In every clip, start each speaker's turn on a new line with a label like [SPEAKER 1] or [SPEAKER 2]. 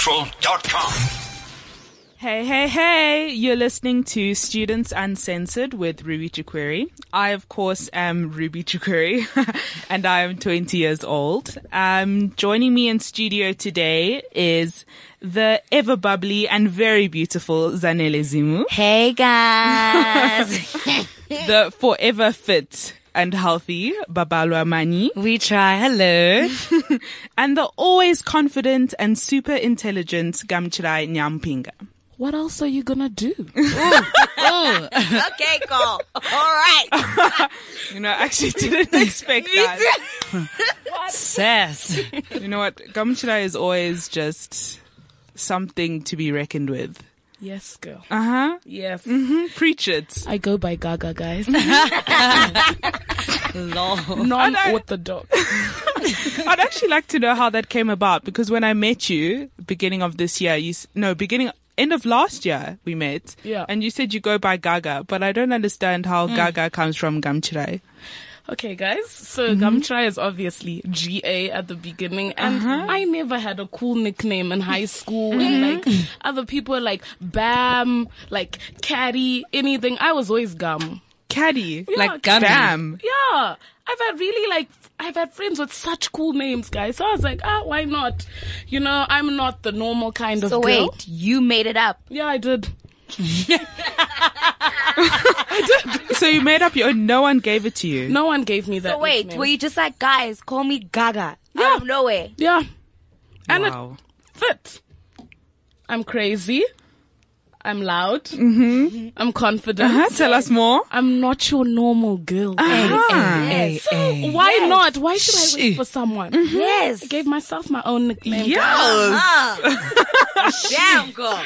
[SPEAKER 1] CliffCentral.com.
[SPEAKER 2] Hey, hey, hey! You're listening to Students Uncensored with Ruby Chukwiri. I, of course, am Ruby Chukwiri, and I am 20 years old. Um, joining me in studio today is the ever bubbly and very beautiful Zanele Zimu,
[SPEAKER 3] Hey guys,
[SPEAKER 2] the forever fit and healthy Babalwa Mani,
[SPEAKER 3] we try. Hello,
[SPEAKER 2] and the always confident and super intelligent Gamchirai Nyampinga.
[SPEAKER 4] What else are you gonna do?
[SPEAKER 3] okay, cool. All right,
[SPEAKER 2] You know, I actually didn't expect that.
[SPEAKER 3] Sess.
[SPEAKER 2] You know what? Gamchira is always just something to be reckoned with.
[SPEAKER 4] yes, girl.
[SPEAKER 2] Uh huh.
[SPEAKER 4] Yes.
[SPEAKER 2] Preach it.
[SPEAKER 4] I go by Gaga, guys.
[SPEAKER 3] Lol.
[SPEAKER 4] Non-orthodox.
[SPEAKER 2] I'd actually like to know how that came about because when I met you, beginning of this year, you s- no beginning end of last year we met.
[SPEAKER 4] Yeah. Mm.
[SPEAKER 2] And you said you go by Gaga, but I don't understand how Gaga comes from Gamchirai.
[SPEAKER 4] okay, guys. So Gumtry is obviously GA at the beginning, and I never had a cool nickname in high school. And like other people were like Bam, like Caddy, anything. I was always Gum.
[SPEAKER 2] Caddy.
[SPEAKER 3] Like
[SPEAKER 4] Yeah,
[SPEAKER 3] gummy.
[SPEAKER 2] Damn.
[SPEAKER 4] Yeah. I've had really like, I've had friends with such cool names, guys. So I was like, ah, why not? You know, I'm not the normal kind of
[SPEAKER 3] So
[SPEAKER 4] girl.
[SPEAKER 3] wait, you made it up.
[SPEAKER 4] Yeah, I did.
[SPEAKER 2] So you made up your own. No one gave it to you.
[SPEAKER 4] No one gave me that.
[SPEAKER 3] So wait,
[SPEAKER 4] nickname.
[SPEAKER 3] were you just like guys? Call me Gaga out of nowhere.
[SPEAKER 4] Yeah. And
[SPEAKER 2] Wow.
[SPEAKER 4] it fit. I'm crazy. I'm loud.
[SPEAKER 2] Mm-hmm.
[SPEAKER 4] I'm confident.
[SPEAKER 2] Huh? Tell us more.
[SPEAKER 4] I'm not your normal girl.
[SPEAKER 2] Uh-huh. Eh,
[SPEAKER 3] Yes.
[SPEAKER 4] Why not? Why should I wait
[SPEAKER 3] Shit.
[SPEAKER 4] for someone?
[SPEAKER 3] Yes.
[SPEAKER 4] I gave myself my own nickname.
[SPEAKER 2] Mm-hmm. Yeah.
[SPEAKER 3] Ah. Damn girl.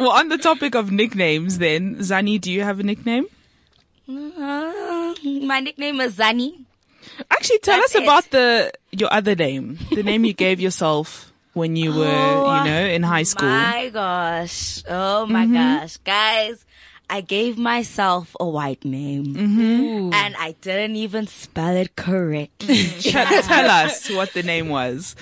[SPEAKER 2] Well, on the topic of nicknames, then Zani, do you have a nickname?
[SPEAKER 4] Ah.
[SPEAKER 3] Uh, my nickname is Zani.
[SPEAKER 2] Actually, tell
[SPEAKER 3] That's
[SPEAKER 2] us
[SPEAKER 3] it.
[SPEAKER 2] about the your other name, the name you gave yourself when you were, you know, in high school.
[SPEAKER 3] My gosh. Oh my
[SPEAKER 4] Mm-hmm.
[SPEAKER 3] gosh. Guys, I gave myself a white name.
[SPEAKER 4] Mm-hmm.
[SPEAKER 3] And I didn't even spell it correctly.
[SPEAKER 2] Te- tell us what the name was.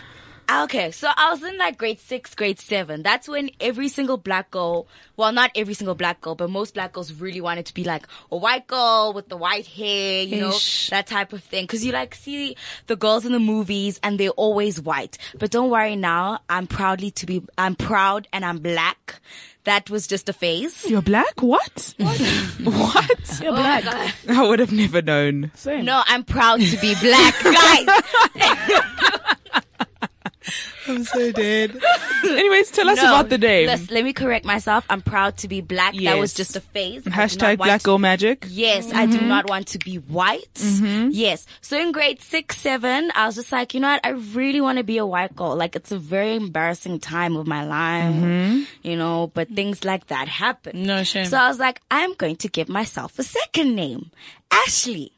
[SPEAKER 3] okay, so I was in like grade six, grade seven. That's when every single black girl, well, not every single black girl, but most black girls really wanted to be like a white girl with the white hair, you
[SPEAKER 4] Ish.
[SPEAKER 3] know, that type of thing. Cause you like see the girls in the movies and they're always white. But don't worry now, I'm proudly to be, I'm proud and I'm black. That was just a phase.
[SPEAKER 2] You're black? What? what?
[SPEAKER 4] You're
[SPEAKER 3] Oh,
[SPEAKER 4] black.
[SPEAKER 2] I would have never known.
[SPEAKER 4] Same.
[SPEAKER 3] No, I'm proud to be black, guys.
[SPEAKER 2] I'm so dead. Anyways, tell us
[SPEAKER 3] No,
[SPEAKER 2] about the name.
[SPEAKER 3] Let's, let me correct myself. I'm proud to be black. That was
[SPEAKER 2] Yes.
[SPEAKER 3] just a phase. I do
[SPEAKER 2] Hashtag
[SPEAKER 3] not want
[SPEAKER 2] black
[SPEAKER 3] to-
[SPEAKER 2] girl magic.
[SPEAKER 3] Yes, I
[SPEAKER 5] Mm-hmm.
[SPEAKER 3] do not want to be white. Yes. So in grade six, seven, I was just like, you know what? I really want to be a white girl. Like it's a very embarrassing time of my life,
[SPEAKER 5] Mm-hmm.
[SPEAKER 3] you know, but things like that happen.
[SPEAKER 4] No shame.
[SPEAKER 3] So I was like, I'm going to give myself a second name. Ashley.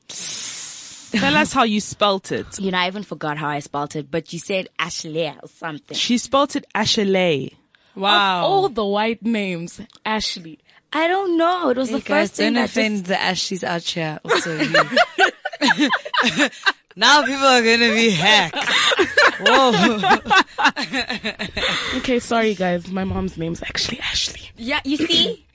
[SPEAKER 2] Tell us how you spelt it.
[SPEAKER 3] You know, I even forgot how I spelled it, but you said Ashley or something.
[SPEAKER 2] She spelt it Ashley.
[SPEAKER 4] Of all the white names, Ashley.
[SPEAKER 3] I don't know. It was the
[SPEAKER 5] guys,
[SPEAKER 3] first thing
[SPEAKER 5] don't
[SPEAKER 3] that just
[SPEAKER 5] offend the Ashley's out here. Also, you. now people are gonna be hacked. Whoa!
[SPEAKER 4] Okay, sorry guys. My mom's name's actually Ashley.
[SPEAKER 3] Yeah, you see?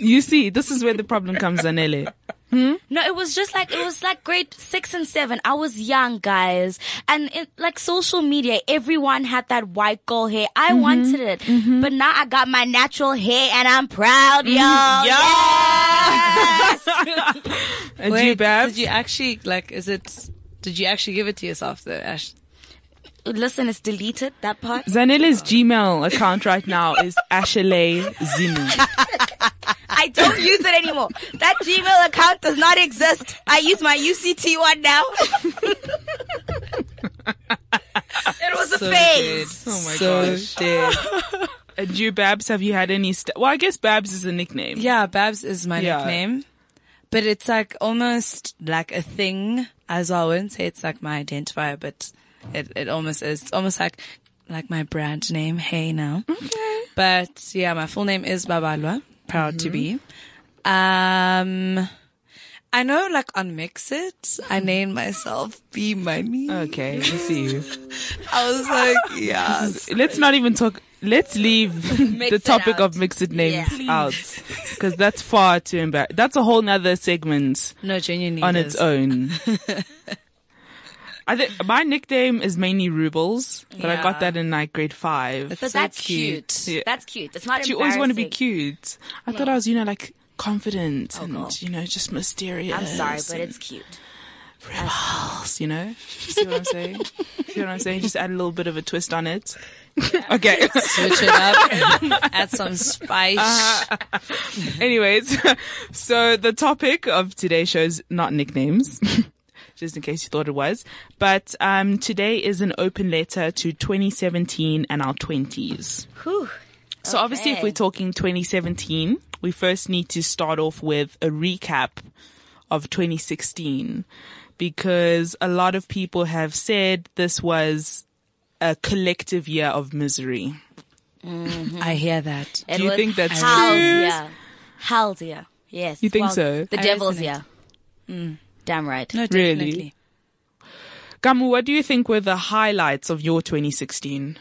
[SPEAKER 2] You see, this is where the problem comes, Zanele.
[SPEAKER 3] No, it was just like, it was like grade six and seven. I was young, guys. And it, like social media, everyone had that white girl hair. I
[SPEAKER 2] Mm-hmm.
[SPEAKER 3] wanted it. But now I got my natural hair and I'm proud,
[SPEAKER 2] Mm,
[SPEAKER 3] y'all. Yes!
[SPEAKER 2] And you,
[SPEAKER 5] Wait,
[SPEAKER 2] Babs?
[SPEAKER 5] did you actually like? Is it? Did you actually give it to yourself, though, Ash?
[SPEAKER 3] Listen, it's deleted, that part.
[SPEAKER 2] Zanele's Gmail account right now is Ashley Zimu.
[SPEAKER 3] I don't use it anymore. That Gmail account does not exist. I use my UCT one now. it was a phase.
[SPEAKER 2] Oh my
[SPEAKER 5] So
[SPEAKER 2] gosh. And Uh, you, Babs, have you had any? St- well, I guess Babs is a nickname.
[SPEAKER 5] Yeah, Babs is my
[SPEAKER 2] Yeah.
[SPEAKER 5] nickname, but it's like almost like a thing as well. I wouldn't say it's like my identifier, but it it almost is. It's almost like like my brand name. Hey, now. But
[SPEAKER 2] Mm-hmm.
[SPEAKER 5] yeah, my full name is Babalwa. Proud to be. Um, I know, like on Mix It, I named myself B Money.
[SPEAKER 2] Okay, you see you.
[SPEAKER 5] I was like, yeah.
[SPEAKER 2] Let's not even talk. Let's leave the
[SPEAKER 3] it
[SPEAKER 2] topic
[SPEAKER 3] out.
[SPEAKER 2] of mixed names
[SPEAKER 3] Please.
[SPEAKER 2] out because that's far too embarrassing. That's a whole nother segment
[SPEAKER 5] No, genuinely.
[SPEAKER 2] on
[SPEAKER 5] it
[SPEAKER 2] its
[SPEAKER 5] is.
[SPEAKER 2] own. I think my nickname is mainly Rubles, but I got
[SPEAKER 5] Yeah.
[SPEAKER 2] that in like grade five.
[SPEAKER 3] But
[SPEAKER 5] So
[SPEAKER 3] that's
[SPEAKER 5] cute.
[SPEAKER 3] cute.
[SPEAKER 2] Yeah.
[SPEAKER 3] That's cute. It's not
[SPEAKER 2] But you always want to be
[SPEAKER 3] embarrassing. Oh,
[SPEAKER 2] cute. I thought I was, you know, like confident and
[SPEAKER 3] God.
[SPEAKER 2] you know just mysterious.
[SPEAKER 3] I'm sorry, but it's cute.
[SPEAKER 2] Rubles, you know. See what I'm saying? See what I'm saying? Just add a little bit of a twist on it. okay.
[SPEAKER 5] Switch it up. Add some spice.
[SPEAKER 2] Uh-huh. Anyways, so the topic of today's show is not nicknames, just in case you thought it was. But um, today is an open letter to 2017 and our 20s.
[SPEAKER 3] Whew.
[SPEAKER 2] So obviously, if
[SPEAKER 3] Okay.
[SPEAKER 2] we're talking 2017, we first need to start off with a recap of 2016 because a lot of people have said this was a collective year of misery.
[SPEAKER 5] I hear that.
[SPEAKER 3] It
[SPEAKER 2] Do you
[SPEAKER 3] was
[SPEAKER 2] think that's
[SPEAKER 3] hell's
[SPEAKER 2] true?
[SPEAKER 3] year. Hell's year. Yes.
[SPEAKER 2] You think so?
[SPEAKER 3] The
[SPEAKER 5] I
[SPEAKER 3] devil's
[SPEAKER 5] resonate.
[SPEAKER 3] year. Damn right.
[SPEAKER 5] No,
[SPEAKER 2] Really?
[SPEAKER 5] definitely.
[SPEAKER 2] Gamu, what do you think were the highlights of your 2016?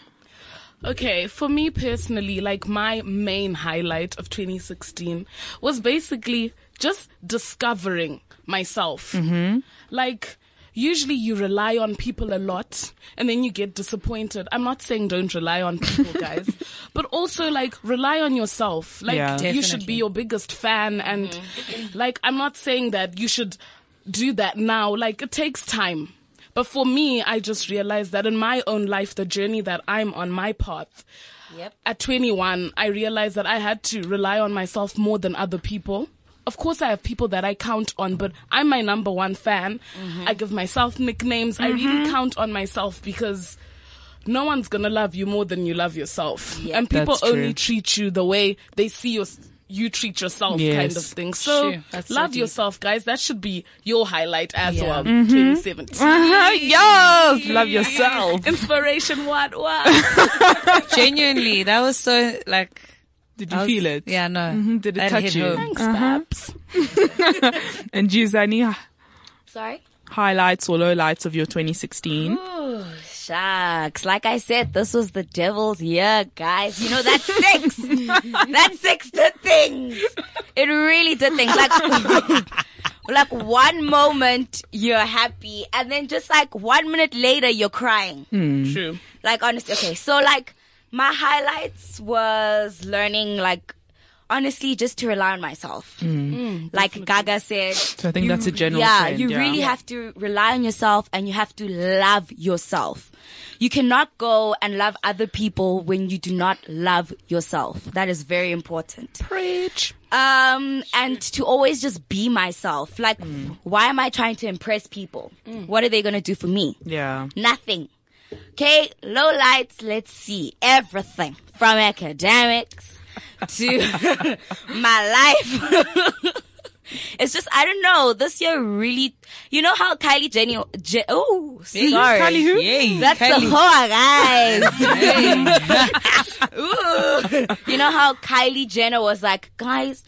[SPEAKER 4] Okay, for me personally, like my main highlight of 2016 was basically just discovering myself. Mm-hmm. Like, usually you rely on people a lot and then you get disappointed. I'm not saying don't rely on people, guys, but also like rely on yourself. Like,
[SPEAKER 2] Yeah.
[SPEAKER 4] you should be your biggest fan and like, I'm not saying that you should do that now. Like, it takes time. But for me, I just realized that in my own life, the journey that I'm on my path,
[SPEAKER 3] Yep.
[SPEAKER 4] at 21, I realized that I had to rely on myself more than other people. Of course, I have people that I count on, but I'm my number one fan. I give myself nicknames. I really count on myself because no one's gonna love you more than you love yourself. and people
[SPEAKER 2] That's
[SPEAKER 4] only
[SPEAKER 2] true.
[SPEAKER 4] treat you the way they see your, you treat yourself kind
[SPEAKER 2] Yes.
[SPEAKER 4] of thing. So
[SPEAKER 5] True. That's so
[SPEAKER 4] love
[SPEAKER 5] deep.
[SPEAKER 4] yourself, guys. That should be your highlight as
[SPEAKER 5] Yeah.
[SPEAKER 4] well.
[SPEAKER 2] Mm-hmm.
[SPEAKER 4] 2017.
[SPEAKER 2] yes, love yourself.
[SPEAKER 4] Inspiration, what, what?
[SPEAKER 5] Genuinely, that was so like.
[SPEAKER 2] Did
[SPEAKER 5] I
[SPEAKER 2] you
[SPEAKER 5] was-
[SPEAKER 2] feel it? Mm-hmm.
[SPEAKER 5] Yeah, no.
[SPEAKER 2] Did it
[SPEAKER 5] That
[SPEAKER 2] touch
[SPEAKER 5] hit
[SPEAKER 2] you?
[SPEAKER 5] home.
[SPEAKER 4] Thanks, Babs.
[SPEAKER 2] Uh-huh. And you, Zani, h-
[SPEAKER 3] Sorry?
[SPEAKER 2] highlights or lowlights of your 2016?
[SPEAKER 3] Ooh, shucks. Like I said, this was the devil's year, guys. You know, that six. that six did things. It really did things. Like, like one moment you're happy and then just like one minute later you're crying.
[SPEAKER 2] Mm-hmm.
[SPEAKER 4] True.
[SPEAKER 3] Like honestly, okay. So like my highlights was learning like honestly just to rely on myself. like Gaga said,
[SPEAKER 2] So I think that's a general
[SPEAKER 3] yeah,
[SPEAKER 2] trend,
[SPEAKER 3] you
[SPEAKER 2] yeah.
[SPEAKER 3] really have to rely on yourself and you have to love yourself. You cannot go and love other people when you do not love yourself. That is very important.
[SPEAKER 4] Preach.
[SPEAKER 3] Um, and to always just be myself. Like, why am I trying to impress people? What are they going to do for me?
[SPEAKER 2] Yeah.
[SPEAKER 3] Nothing. Okay, low lights, let's see. Everything from academics to my life. it's just, I don't know. This year really, you know how Kylie Jenny, Je- oh, sorry.
[SPEAKER 2] Kylie who?
[SPEAKER 5] Yay.
[SPEAKER 3] That's
[SPEAKER 5] Kylie.
[SPEAKER 3] a whore, guys. Ooh. You know how Kylie Jenner was like, guys,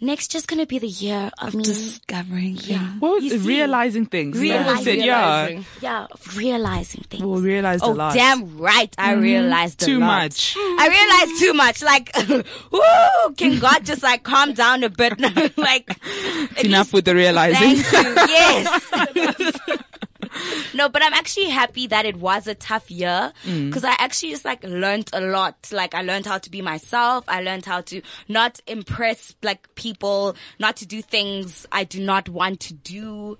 [SPEAKER 3] next just gonna be the year of me
[SPEAKER 5] Discovering yeah.
[SPEAKER 2] What was
[SPEAKER 3] You
[SPEAKER 2] it?
[SPEAKER 3] see.
[SPEAKER 2] realizing things? Is that what you said?
[SPEAKER 4] Realizing.
[SPEAKER 3] yeah, of realizing things.
[SPEAKER 2] Yeah. Well, realized
[SPEAKER 3] Oh,
[SPEAKER 2] a lot. Mm-hmm.
[SPEAKER 3] damn right. I realized a
[SPEAKER 2] Too
[SPEAKER 3] lot.
[SPEAKER 2] much.
[SPEAKER 3] I realized too much. Like, woo, can God just like calm down a bit? like, at
[SPEAKER 2] Enough with the realizing.
[SPEAKER 3] Thank you. Yes. no, but I'm actually happy that it was a tough year
[SPEAKER 2] Mm.
[SPEAKER 3] because I actually just like learned a lot. Like I learned how to be myself. I learned how to not impress like people, not to do things I do not want to do.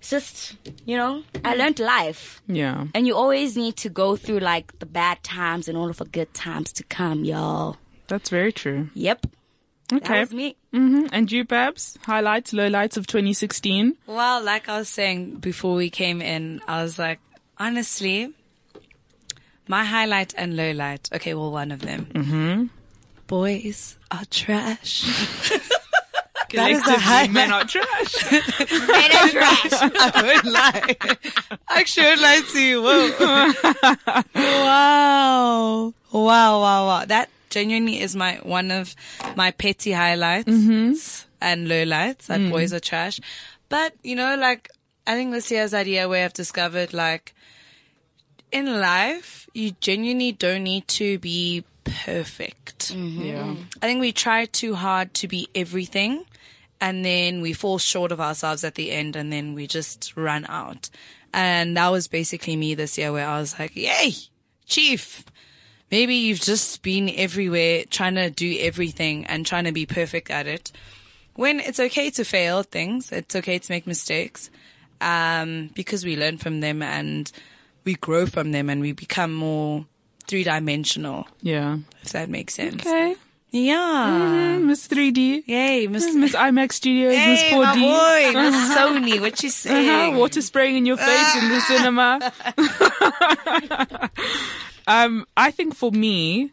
[SPEAKER 3] It's just, you know, I learned life.
[SPEAKER 2] yeah.
[SPEAKER 3] And you always need to go through like the bad times in order for good times to come, y'all.
[SPEAKER 2] That's very true.
[SPEAKER 3] Yep. That
[SPEAKER 2] Okay.
[SPEAKER 3] was me.
[SPEAKER 2] hmm And you, Babs? Highlights, lowlights of 2016?
[SPEAKER 5] Well, like I was saying before we came in, I was like, honestly, my highlight and low light. Okay, well, one of them. Mm-hmm. Boys are trash. that is a
[SPEAKER 2] Collectively,
[SPEAKER 5] highlight.
[SPEAKER 2] men are trash.
[SPEAKER 3] Men are trash.
[SPEAKER 5] I won't lie. I should lie to you. Whoa. wow. Wow, wow, wow. That genuinely is my one of my petty highlights and lowlights. That boys are trash. But you know, like I think this year's idea where I've discovered like in life you genuinely don't need to be perfect.
[SPEAKER 4] Yeah.
[SPEAKER 5] I think we try too hard to be everything and then we fall short of ourselves at the end and then we just run out. And that was basically me this year where I was like, yay, chief. Maybe you've just been everywhere trying to do everything and trying to be perfect at it. When it's okay to fail at things, it's okay to make mistakes, um, because we learn from them and we grow from them and we become more three dimensional,
[SPEAKER 2] Yeah.
[SPEAKER 5] if that makes sense.
[SPEAKER 2] Okay.
[SPEAKER 5] Yeah.
[SPEAKER 2] Miss 3D.
[SPEAKER 5] Yay, Miss
[SPEAKER 2] Miss IMAX Studios, Miss
[SPEAKER 5] Hey, Mm-hmm. my
[SPEAKER 2] 4D.
[SPEAKER 5] boy, Miss Sony, what you
[SPEAKER 2] Uh-huh,
[SPEAKER 5] saying?
[SPEAKER 2] water spraying in your face in the cinema. um, I think for me,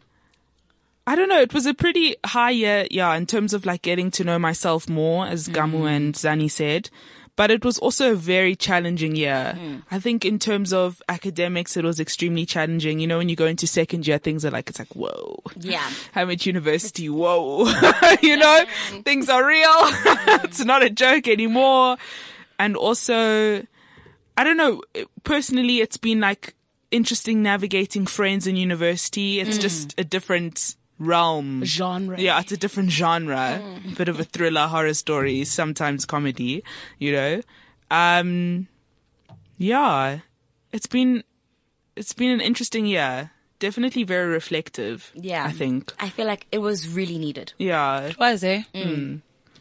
[SPEAKER 2] I don't know. It was a pretty high year, yeah, in terms of like getting to know myself more,
[SPEAKER 5] Mm.
[SPEAKER 2] as Gamu and Zani said. But it was also a very challenging year.
[SPEAKER 5] Mm.
[SPEAKER 2] I think in terms of academics, it was extremely challenging. You know, when you go into second year, things are like, it's like, whoa.
[SPEAKER 3] Yeah.
[SPEAKER 2] I'm at university. Whoa. you know, things are real. it's not a joke anymore. And also, I don't know, personally, it's been like interesting navigating friends in university. It's just a different realm.
[SPEAKER 4] Genre.
[SPEAKER 2] Yeah, it's a different genre. Bit of a thriller, horror story, sometimes comedy, you know. Um, yeah, it's been, it's been an interesting year. Definitely very reflective.
[SPEAKER 3] Yeah.
[SPEAKER 2] I think.
[SPEAKER 3] I feel like it was really needed.
[SPEAKER 2] Yeah.
[SPEAKER 5] Was it?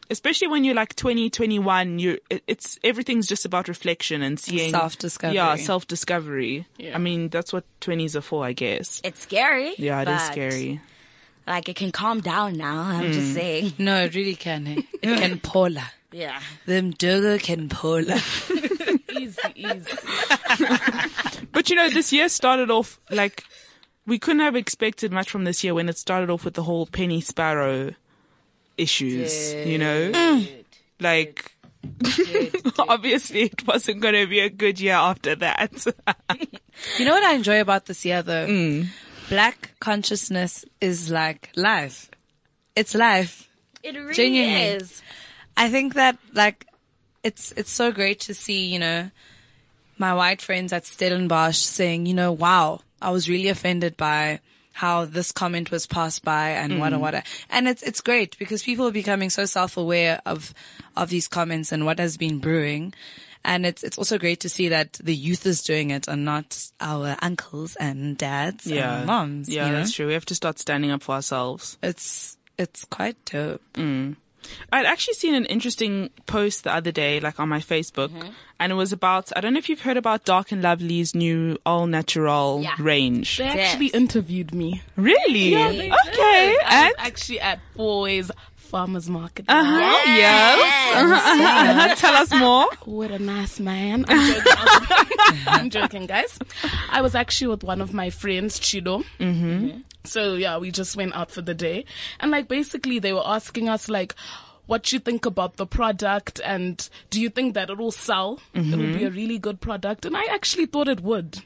[SPEAKER 2] Especially when you're like 20, 21, you it- it's everything's just about reflection and seeing
[SPEAKER 5] Self-discovery.
[SPEAKER 2] Yeah, self-discovery. I mean, that's what 20s are for, I guess.
[SPEAKER 3] It's scary.
[SPEAKER 2] Yeah, it is
[SPEAKER 3] but,
[SPEAKER 2] scary. Mm.
[SPEAKER 3] Like it can calm down now. I'm just saying.
[SPEAKER 5] No, it really can. eh? It can pola.
[SPEAKER 3] Yeah.
[SPEAKER 5] Them dogger can pola.
[SPEAKER 4] Easy, easy.
[SPEAKER 2] But you know, this year started off like we couldn't have expected much from this year when it started off with the whole Penny Sparrow issues, you know? Like obviously it wasn't going to be a good year after that.
[SPEAKER 5] You know what I enjoy about this year though? Black consciousness is like life. It's life.
[SPEAKER 3] It really
[SPEAKER 5] Genuinely.
[SPEAKER 3] is.
[SPEAKER 5] I think that like it's it's so great to see, you know, my white friends at Stellenbosch saying, you know, wow, I was really offended by how this comment was passed by and what what and it's it's great because people are becoming so self aware of of these comments and what has been brewing. And it's it's also great to see that the youth is doing it and not our uncles and dads and moms.
[SPEAKER 2] Yeah,
[SPEAKER 5] you know?
[SPEAKER 2] that's true. We have to start standing up for ourselves.
[SPEAKER 5] It's it's quite dope.
[SPEAKER 2] I'd actually seen an interesting post the other day, like on my Facebook, and it was about I don't know if you've heard about Dark and Lovely's new all natural
[SPEAKER 3] Yeah.
[SPEAKER 2] range.
[SPEAKER 4] They actually interviewed me.
[SPEAKER 2] Really?
[SPEAKER 4] They
[SPEAKER 2] okay.
[SPEAKER 4] did. I
[SPEAKER 2] And
[SPEAKER 4] was actually at Fourways Farmers Market.
[SPEAKER 2] oh, yes. Uh-huh. Tell us more.
[SPEAKER 4] What a nice man. I'm joking, I'm joking, guys. I was actually with one of my friends, Chido. Mm-hmm. So yeah, we just went out for the day. And like basically they were asking us like, what you think about the product and do you think that it'll sell? It'll
[SPEAKER 2] Mm-hmm.
[SPEAKER 4] be a really good product. And I actually thought it would.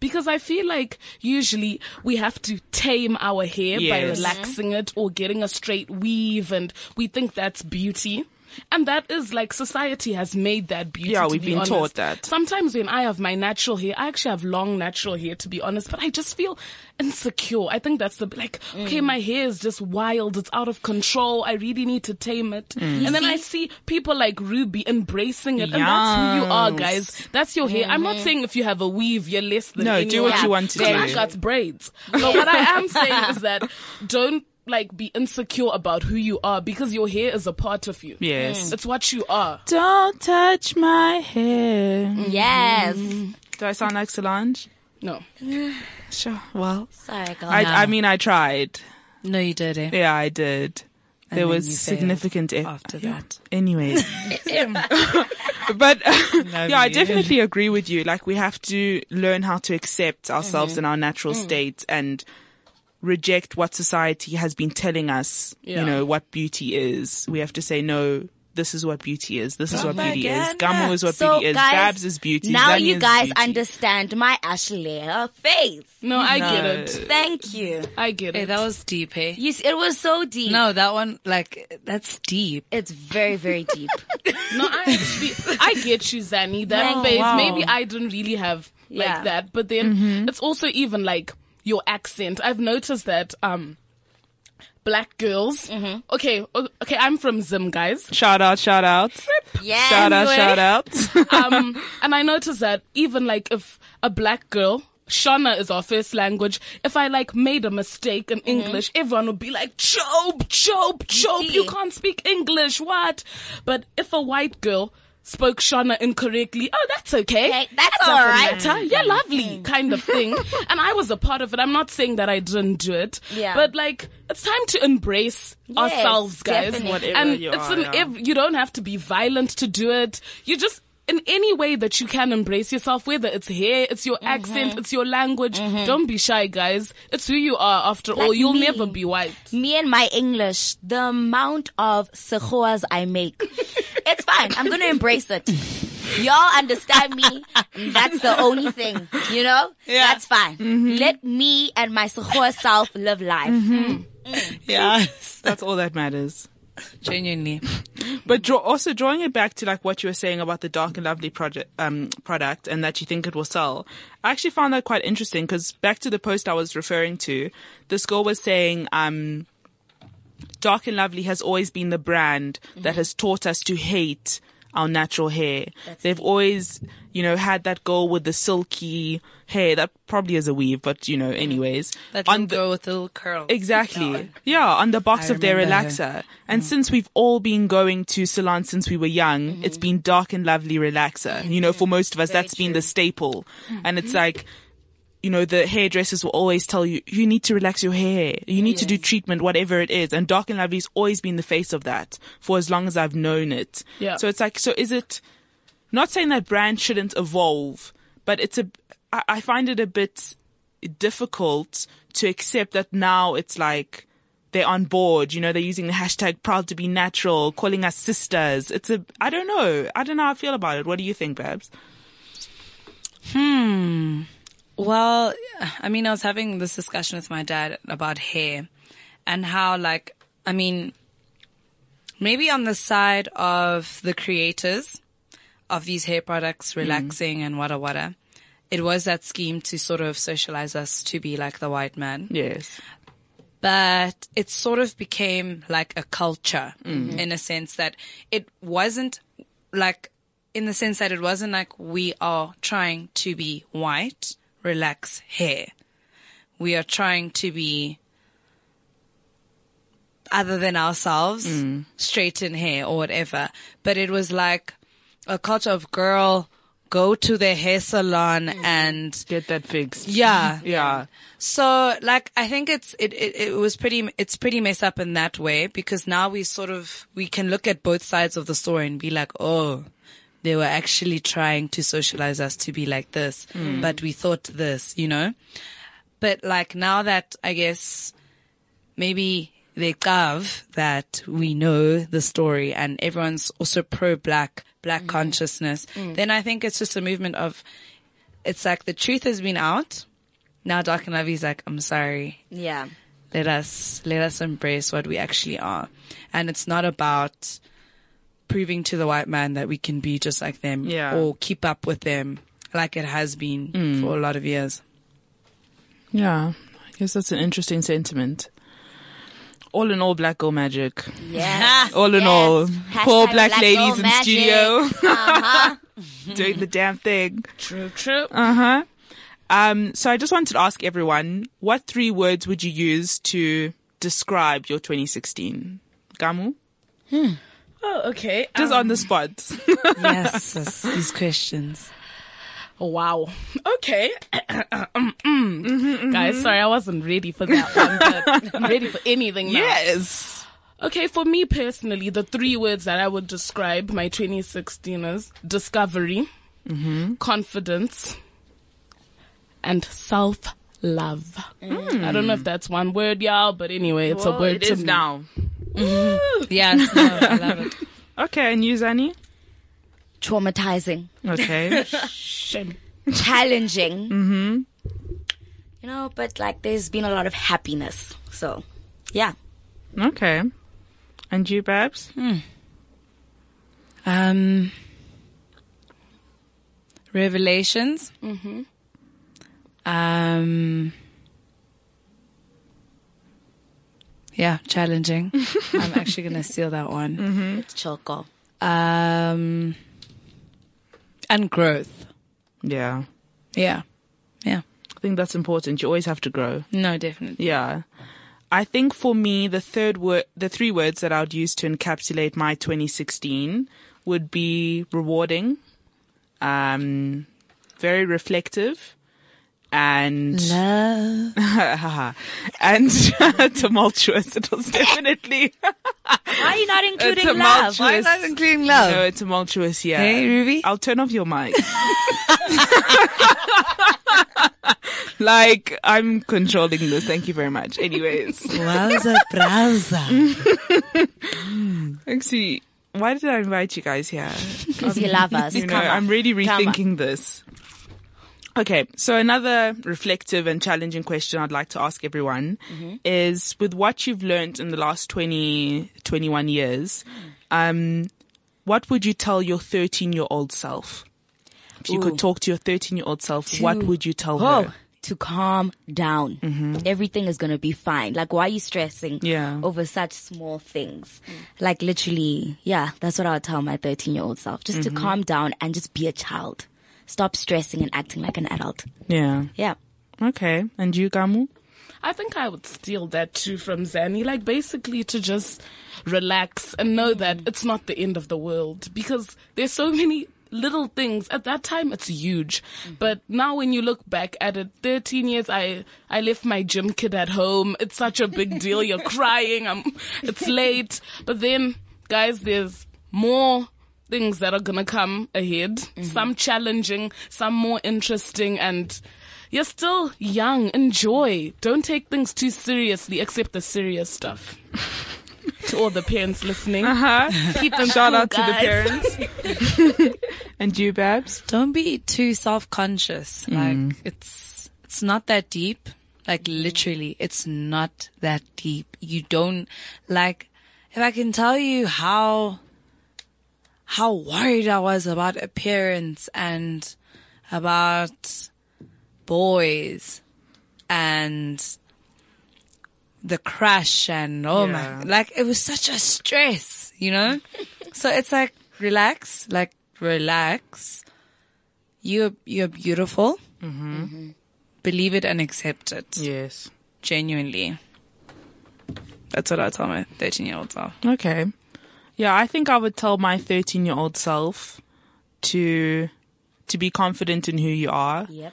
[SPEAKER 4] Because I feel like usually we have to tame our hair by
[SPEAKER 2] Yes.
[SPEAKER 4] relaxing it or getting a straight weave and we think that's beauty. And that is like society has made that beauty.
[SPEAKER 2] Yeah,
[SPEAKER 4] to
[SPEAKER 2] we've
[SPEAKER 4] be
[SPEAKER 2] been
[SPEAKER 4] honest.
[SPEAKER 2] taught that.
[SPEAKER 4] Sometimes when I have my natural hair, I actually have long natural hair to be honest, but I just feel insecure. I think that's the like
[SPEAKER 2] Mm.
[SPEAKER 4] okay, my hair is just wild, it's out of control. I really need to tame it.
[SPEAKER 2] Mm.
[SPEAKER 4] And then I see people like Ruby embracing it, and that's who you
[SPEAKER 2] Yes.
[SPEAKER 4] are,
[SPEAKER 2] Mm-hmm.
[SPEAKER 4] guys. That's your hair. I'm not saying if you have a weave, you're less than
[SPEAKER 2] No,
[SPEAKER 4] anyone.
[SPEAKER 2] do what
[SPEAKER 3] Yeah.
[SPEAKER 2] you want to
[SPEAKER 4] Because
[SPEAKER 2] do.
[SPEAKER 4] I got braids. But what I am saying is that don't like be insecure about who you are because your hair is a part of you.
[SPEAKER 2] Yes.
[SPEAKER 4] It's what you are.
[SPEAKER 2] Don't touch my hair.
[SPEAKER 3] Yes.
[SPEAKER 2] Do I sound like Solange?
[SPEAKER 4] No.
[SPEAKER 2] Sure. Well,
[SPEAKER 3] Sorry, girl.
[SPEAKER 2] I, I mean, I tried.
[SPEAKER 5] No, you didn't.
[SPEAKER 2] Yeah, I did. there
[SPEAKER 5] then
[SPEAKER 2] was
[SPEAKER 5] you failed
[SPEAKER 2] significant e-
[SPEAKER 5] after
[SPEAKER 2] yeah.
[SPEAKER 5] that.
[SPEAKER 2] Anyway, but yeah, I
[SPEAKER 5] you.
[SPEAKER 2] definitely agree with you. Like we have to learn how to accept ourselves in our natural
[SPEAKER 3] Mm.
[SPEAKER 2] state and reject what society has been telling us.
[SPEAKER 4] Yeah.
[SPEAKER 2] You know what beauty is. We have to say no. this is what beauty is. This is what
[SPEAKER 5] Gamma
[SPEAKER 2] beauty is.
[SPEAKER 5] again.
[SPEAKER 2] Gamo is what
[SPEAKER 3] So
[SPEAKER 2] beauty is.
[SPEAKER 3] guys,
[SPEAKER 2] Babs is beauty.
[SPEAKER 3] Now
[SPEAKER 2] Zanny
[SPEAKER 3] you
[SPEAKER 2] is
[SPEAKER 3] guys
[SPEAKER 2] beauty.
[SPEAKER 3] understand my Ashley her face.
[SPEAKER 4] No, I get it.
[SPEAKER 3] Thank you.
[SPEAKER 4] I get
[SPEAKER 5] Hey,
[SPEAKER 4] it.
[SPEAKER 5] that was deep, hey?
[SPEAKER 3] You s- it was so deep.
[SPEAKER 5] No, that one, like, that's deep.
[SPEAKER 3] It's very, very deep.
[SPEAKER 4] No, I actually, I get you, Zanny. That
[SPEAKER 3] Thank
[SPEAKER 4] phase,
[SPEAKER 3] you.
[SPEAKER 4] maybe I didn't really have like
[SPEAKER 3] Yeah.
[SPEAKER 4] that, but then it's also even like your accent. I've noticed that, um, black girls. Okay, o- okay, I'm from Zim, guys.
[SPEAKER 2] Shout out, shout out.
[SPEAKER 3] Yeah.
[SPEAKER 2] Shout out, shout out.
[SPEAKER 4] Um, and I noticed that even like if a black girl. Shona is our first language. If I like made a mistake
[SPEAKER 3] Mm-hmm.
[SPEAKER 4] in English, everyone would be like, Job, Job, Job, you
[SPEAKER 3] Yeah.
[SPEAKER 4] can't speak English, what? But if a white girl spoke Shona incorrectly, oh, that's okay.
[SPEAKER 3] Okay, that's
[SPEAKER 4] That doesn't
[SPEAKER 3] all right. Mm-hmm.
[SPEAKER 4] matter. Yeah, lovely kind of thing. and I was a part of it. I'm not saying that I didn't do it.
[SPEAKER 3] Yeah.
[SPEAKER 4] But like, it's time to embrace ourselves, guys.
[SPEAKER 3] definitely.
[SPEAKER 2] Whatever
[SPEAKER 4] and
[SPEAKER 2] you
[SPEAKER 4] it's
[SPEAKER 2] are,
[SPEAKER 4] an
[SPEAKER 2] yeah.
[SPEAKER 4] ev- you don't have to be violent to do it. You just in any way that you can embrace yourself, whether it's hair, it's your accent, it's your language. Don't be shy, guys. It's who you are after all.
[SPEAKER 3] Like
[SPEAKER 4] You'll
[SPEAKER 3] me.
[SPEAKER 4] never be white.
[SPEAKER 3] me and my English, the amount of sehoas I make. it's fine. I'm going to embrace it. Y'all understand me. That's the only thing, you know? That's fine.
[SPEAKER 2] Mm-hmm.
[SPEAKER 3] Let me and my sehoa self live life.
[SPEAKER 5] Yes.
[SPEAKER 2] That's all that matters.
[SPEAKER 5] Genuinely.
[SPEAKER 2] But draw, also drawing it back to like what you were saying about the dark and lovely project um, product and that you think it will sell. I actually found that quite interesting because back to the post I was referring to, this girl was saying um, dark and lovely has always been the brand that has taught us to hate our natural hair. They've always, you know, had that girl with the silky hair that probably is a weave, but you know, anyways,
[SPEAKER 5] That
[SPEAKER 2] On
[SPEAKER 5] little
[SPEAKER 2] the-
[SPEAKER 5] girl with the little curl.
[SPEAKER 2] Exactly. Yeah, on the box
[SPEAKER 5] I
[SPEAKER 2] of their
[SPEAKER 5] remember Mm-hmm.
[SPEAKER 2] relaxer. And since we've all been going to salon since we were young, it's
[SPEAKER 5] Mm-hmm.
[SPEAKER 2] been dark and lovely relaxer. You know, for most of us, that's been the staple.
[SPEAKER 5] Mm-hmm.
[SPEAKER 2] And it's like, you know, the hairdressers will always tell you, you need to relax your hair. You need to do treatment, whatever it is. And dark and lovely's always been the face of that for as long as I've known it.
[SPEAKER 4] Yeah.
[SPEAKER 2] So it's like, so is it, not saying that brand shouldn't evolve, but it's a, I, I find it a bit difficult to accept that now it's like they're on board. You know, they're using the hashtag proud to be natural, calling us sisters. It's a, I don't know. I don't know how I feel about it. What do you think, Babs?
[SPEAKER 5] Well, I mean, I was having this discussion with my dad about hair and how, like, I mean, maybe on the side of the creators of these hair products,
[SPEAKER 2] Mm-hmm.
[SPEAKER 5] relaxing and wada wada, it was that scheme to sort of socialize us to be like the white man
[SPEAKER 2] Yes.
[SPEAKER 5] but it sort of became like a culture in a sense that it wasn't like in the sense that it wasn't like we are trying to be white, relax hair. We are trying to be other than ourselves, straighten hair or whatever. But it was like a culture of girl go to the hair salon and
[SPEAKER 2] Get that fixed.
[SPEAKER 5] yeah,
[SPEAKER 2] Yeah.
[SPEAKER 5] so, like, I think it's it, it it was pretty it's pretty messed up in that way because now we sort of we can look at both sides of the story and be like, oh, they were actually trying to socialize us to be like this, but we thought this, you know. But like now that I guess maybe they gov that we know the story and everyone's also pro black black consciousness, then I think it's just a movement of it's like the truth has been out. Now Dark and Lovey's like, I'm sorry.
[SPEAKER 3] Yeah.
[SPEAKER 5] Let us let us embrace what we actually are. And it's not about proving to the white man that we can be just like them
[SPEAKER 2] Yeah.
[SPEAKER 5] or keep up with them like it has been for a lot of years.
[SPEAKER 2] Yeah. I guess that's an interesting sentiment. All in all, black girl magic.
[SPEAKER 3] Yes.
[SPEAKER 2] All in
[SPEAKER 3] yes.
[SPEAKER 2] all, poor
[SPEAKER 3] Hashtag
[SPEAKER 2] black, ladies
[SPEAKER 3] girl
[SPEAKER 2] in
[SPEAKER 3] magic. Uh-huh.
[SPEAKER 2] studio doing the damn thing.
[SPEAKER 4] True, true.
[SPEAKER 2] Um, so I just wanted to ask everyone, what three words would you use to describe your 2016? Gamu?
[SPEAKER 4] oh, okay.
[SPEAKER 2] Just
[SPEAKER 5] Um,
[SPEAKER 2] on the spot.
[SPEAKER 5] yes, sis, these questions.
[SPEAKER 4] Wow. Um, Okay. Guys, sorry, I wasn't ready for that one, but I'm ready for anything now.
[SPEAKER 2] yes.
[SPEAKER 4] Okay, for me personally, the three words that I would describe my 2016 is discovery, confidence, and self love. I don't know if that's one word, y'all, but anyway, it's a word
[SPEAKER 2] it
[SPEAKER 4] to
[SPEAKER 2] is
[SPEAKER 4] me.
[SPEAKER 2] now.
[SPEAKER 5] Yes, no, Mm-hmm. I love it.
[SPEAKER 2] Okay, and you, Zani?
[SPEAKER 3] Traumatizing.
[SPEAKER 2] Okay.
[SPEAKER 4] Shame.
[SPEAKER 3] challenging. Mm-hmm. You know, but like there's been a lot of happiness. So, yeah.
[SPEAKER 2] okay. And you, Babs?
[SPEAKER 5] Mm. Um, revelations. Mm-hmm. Um, yeah, challenging. I'm actually gonna steal that one.
[SPEAKER 2] Mm-hmm.
[SPEAKER 3] Choco.
[SPEAKER 5] Um, and growth.
[SPEAKER 2] Yeah.
[SPEAKER 5] Yeah, yeah.
[SPEAKER 2] I think that's important. You always have to grow.
[SPEAKER 5] No, definitely.
[SPEAKER 2] Yeah. I think for me, the third word, the three words that I would use to encapsulate my 2016 would be rewarding, um, very reflective, and
[SPEAKER 5] Love.
[SPEAKER 2] and tumultuous. It was definitely
[SPEAKER 3] Why are you not
[SPEAKER 2] a
[SPEAKER 3] including love?
[SPEAKER 2] tumultuous.
[SPEAKER 3] Why is-
[SPEAKER 5] including love?
[SPEAKER 2] No, a tumultuous. Yeah.
[SPEAKER 5] Hey, Ruby.
[SPEAKER 2] I'll turn off your mic. like I'm controlling this. Thank you very much. Anyways.
[SPEAKER 5] Wowza, browza.
[SPEAKER 2] Actually, why did I invite you guys here?
[SPEAKER 3] Because you love us.
[SPEAKER 2] You know,
[SPEAKER 3] Come on.
[SPEAKER 2] I'm really
[SPEAKER 3] Come on.
[SPEAKER 2] rethinking this. Okay, so another reflective and challenging question I'd like to ask everyone
[SPEAKER 3] Mm-hmm.
[SPEAKER 2] is with what you've learned in the last 20, 21 years, um, what would you tell your 13 year old self? If you could talk to your 13 year old self, what would you tell
[SPEAKER 3] Oh, Mm-hmm.
[SPEAKER 2] her?
[SPEAKER 3] to calm down. Everything is going to be fine. Like, why are you stressing
[SPEAKER 2] Yeah.
[SPEAKER 3] over such small things? Like, literally, yeah, that's what I would tell my 13 year old self. Just to calm down and just be a child. Stop stressing and acting like an adult.
[SPEAKER 2] Yeah.
[SPEAKER 3] Yeah.
[SPEAKER 2] Okay. And you, Gamu?
[SPEAKER 4] I think I would steal that too from Zanny. Like basically to just relax and know that it's not the end of the world because there's so many little things at that time it's huge but now when you look back at it 13 years i i left my gym kid at home it's such a big deal you're crying i'm it's late but then guys there's more things that are gonna come ahead some challenging some more interesting and you're still young. Enjoy. Don't take things too seriously, except the serious stuff. to all the parents listening,
[SPEAKER 2] Huh?
[SPEAKER 3] Uh-huh.
[SPEAKER 4] keep them
[SPEAKER 2] Shout
[SPEAKER 4] cool,
[SPEAKER 2] out to the
[SPEAKER 4] guys.
[SPEAKER 2] parents. and you, Babs?
[SPEAKER 5] Don't be too self-conscious. Like it's it's not that deep. Like literally, it's not that deep. You don't like if I can tell you how how worried I was about appearance and about boys and the crush and oh
[SPEAKER 2] Yeah.
[SPEAKER 5] my like it was such a stress, you know? so it's like relax, like relax. You're you're beautiful. Mm-hmm. Believe it and accept it.
[SPEAKER 2] Yes.
[SPEAKER 5] Genuinely. That's what I tell my thirteen year old self.
[SPEAKER 2] Okay. Yeah, I think I would tell my 13 year old self to to be confident in who you are
[SPEAKER 3] Yep.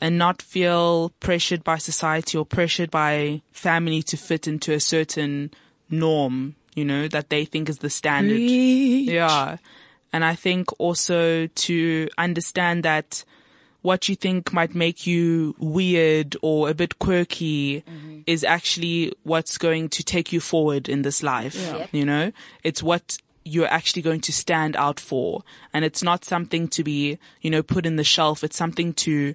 [SPEAKER 2] and not feel pressured by society or pressured by family to fit into a certain norm, you know, that they think is the standard. Yeah. And I think also to understand that what you think might make you weird or a bit quirky is actually what's going to take you forward in this life. You know, it's what you're actually going to stand out for. And it's not something to be, you know, put in the shelf. It's something to,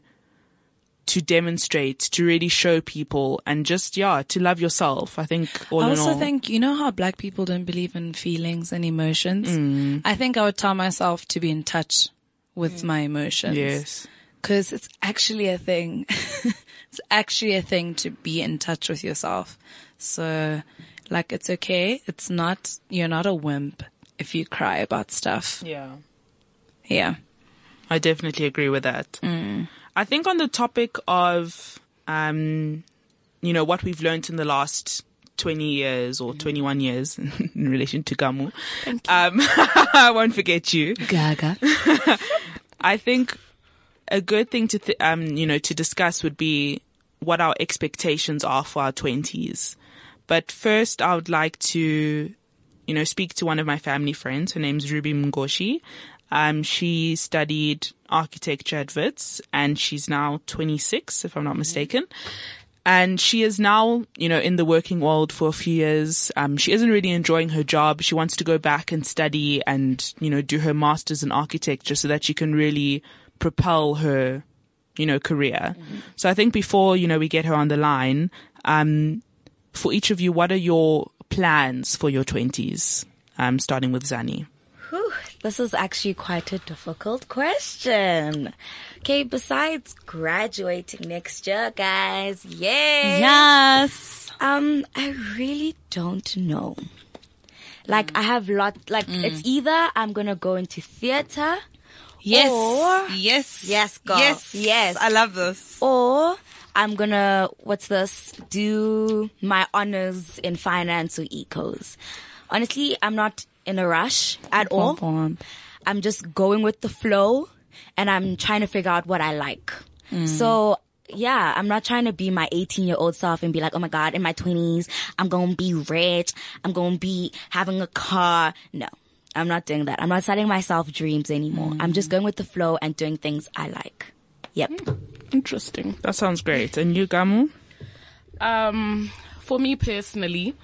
[SPEAKER 2] to demonstrate, to really show people and just, yeah, to love yourself. I think all
[SPEAKER 5] I
[SPEAKER 2] in
[SPEAKER 5] also
[SPEAKER 2] all.
[SPEAKER 5] think you know how black people don't believe in feelings and emotions?
[SPEAKER 2] Mm.
[SPEAKER 5] I think I would tell myself to be in touch with my emotions.
[SPEAKER 2] yes.
[SPEAKER 5] Cause it's actually a thing. it's actually a thing to be in touch with yourself. So like it's okay. It's not, you're not a wimp if you cry about stuff.
[SPEAKER 2] Yeah.
[SPEAKER 5] Yeah.
[SPEAKER 2] I definitely agree with that. I think on the topic of, um, you know, what we've learned in the last 20 years or 21 years in relation to Gamu, um, I won't forget you.
[SPEAKER 5] Gaga.
[SPEAKER 2] I think a good thing to th- um you know to discuss would be what our expectations are for our 20s. But first I would like to you know speak to one of my family friends. Her name's Ruby Mgoshi. Um she studied architecture at Wits and she's now 26 if I'm not mistaken. And she is now, you know, in the working world for a few years. Um, she isn't really enjoying her job. She wants to go back and study and, you know, do her master's in architecture so that she can really propel her, you know, career. So I think before, you know, we get her on the line, um, for each of you, what are your plans for your 20s? Um, starting with Zani.
[SPEAKER 3] Whew, this is actually quite a difficult question. Okay, besides graduating next year, guys, yay!
[SPEAKER 5] Yes.
[SPEAKER 3] Um, I really don't know. Like, I have lot. Like,
[SPEAKER 5] Mm.
[SPEAKER 3] it's either I'm gonna go into theater,
[SPEAKER 5] Yes.
[SPEAKER 3] Or-
[SPEAKER 5] yes.
[SPEAKER 3] Yes, girl.
[SPEAKER 5] Yes.
[SPEAKER 3] Yes.
[SPEAKER 5] I love this.
[SPEAKER 3] or I'm gonna what's this? Do my honors in finance or ecos. Honestly, I'm not in a rush at all. I'm just going with the flow and I'm trying to figure out what I like.
[SPEAKER 5] Mm.
[SPEAKER 3] So yeah, I'm not trying to be my 18 year old self and be like, oh my God, in my 20s, I'm going to be rich. I'm going to be having a car. No, I'm not doing that. I'm not setting myself dreams anymore. I'm
[SPEAKER 5] Mm.
[SPEAKER 3] just going with the flow and doing things I like. Yep.
[SPEAKER 4] Interesting.
[SPEAKER 2] That sounds great. And you, Gamu?
[SPEAKER 4] Um, for me personally,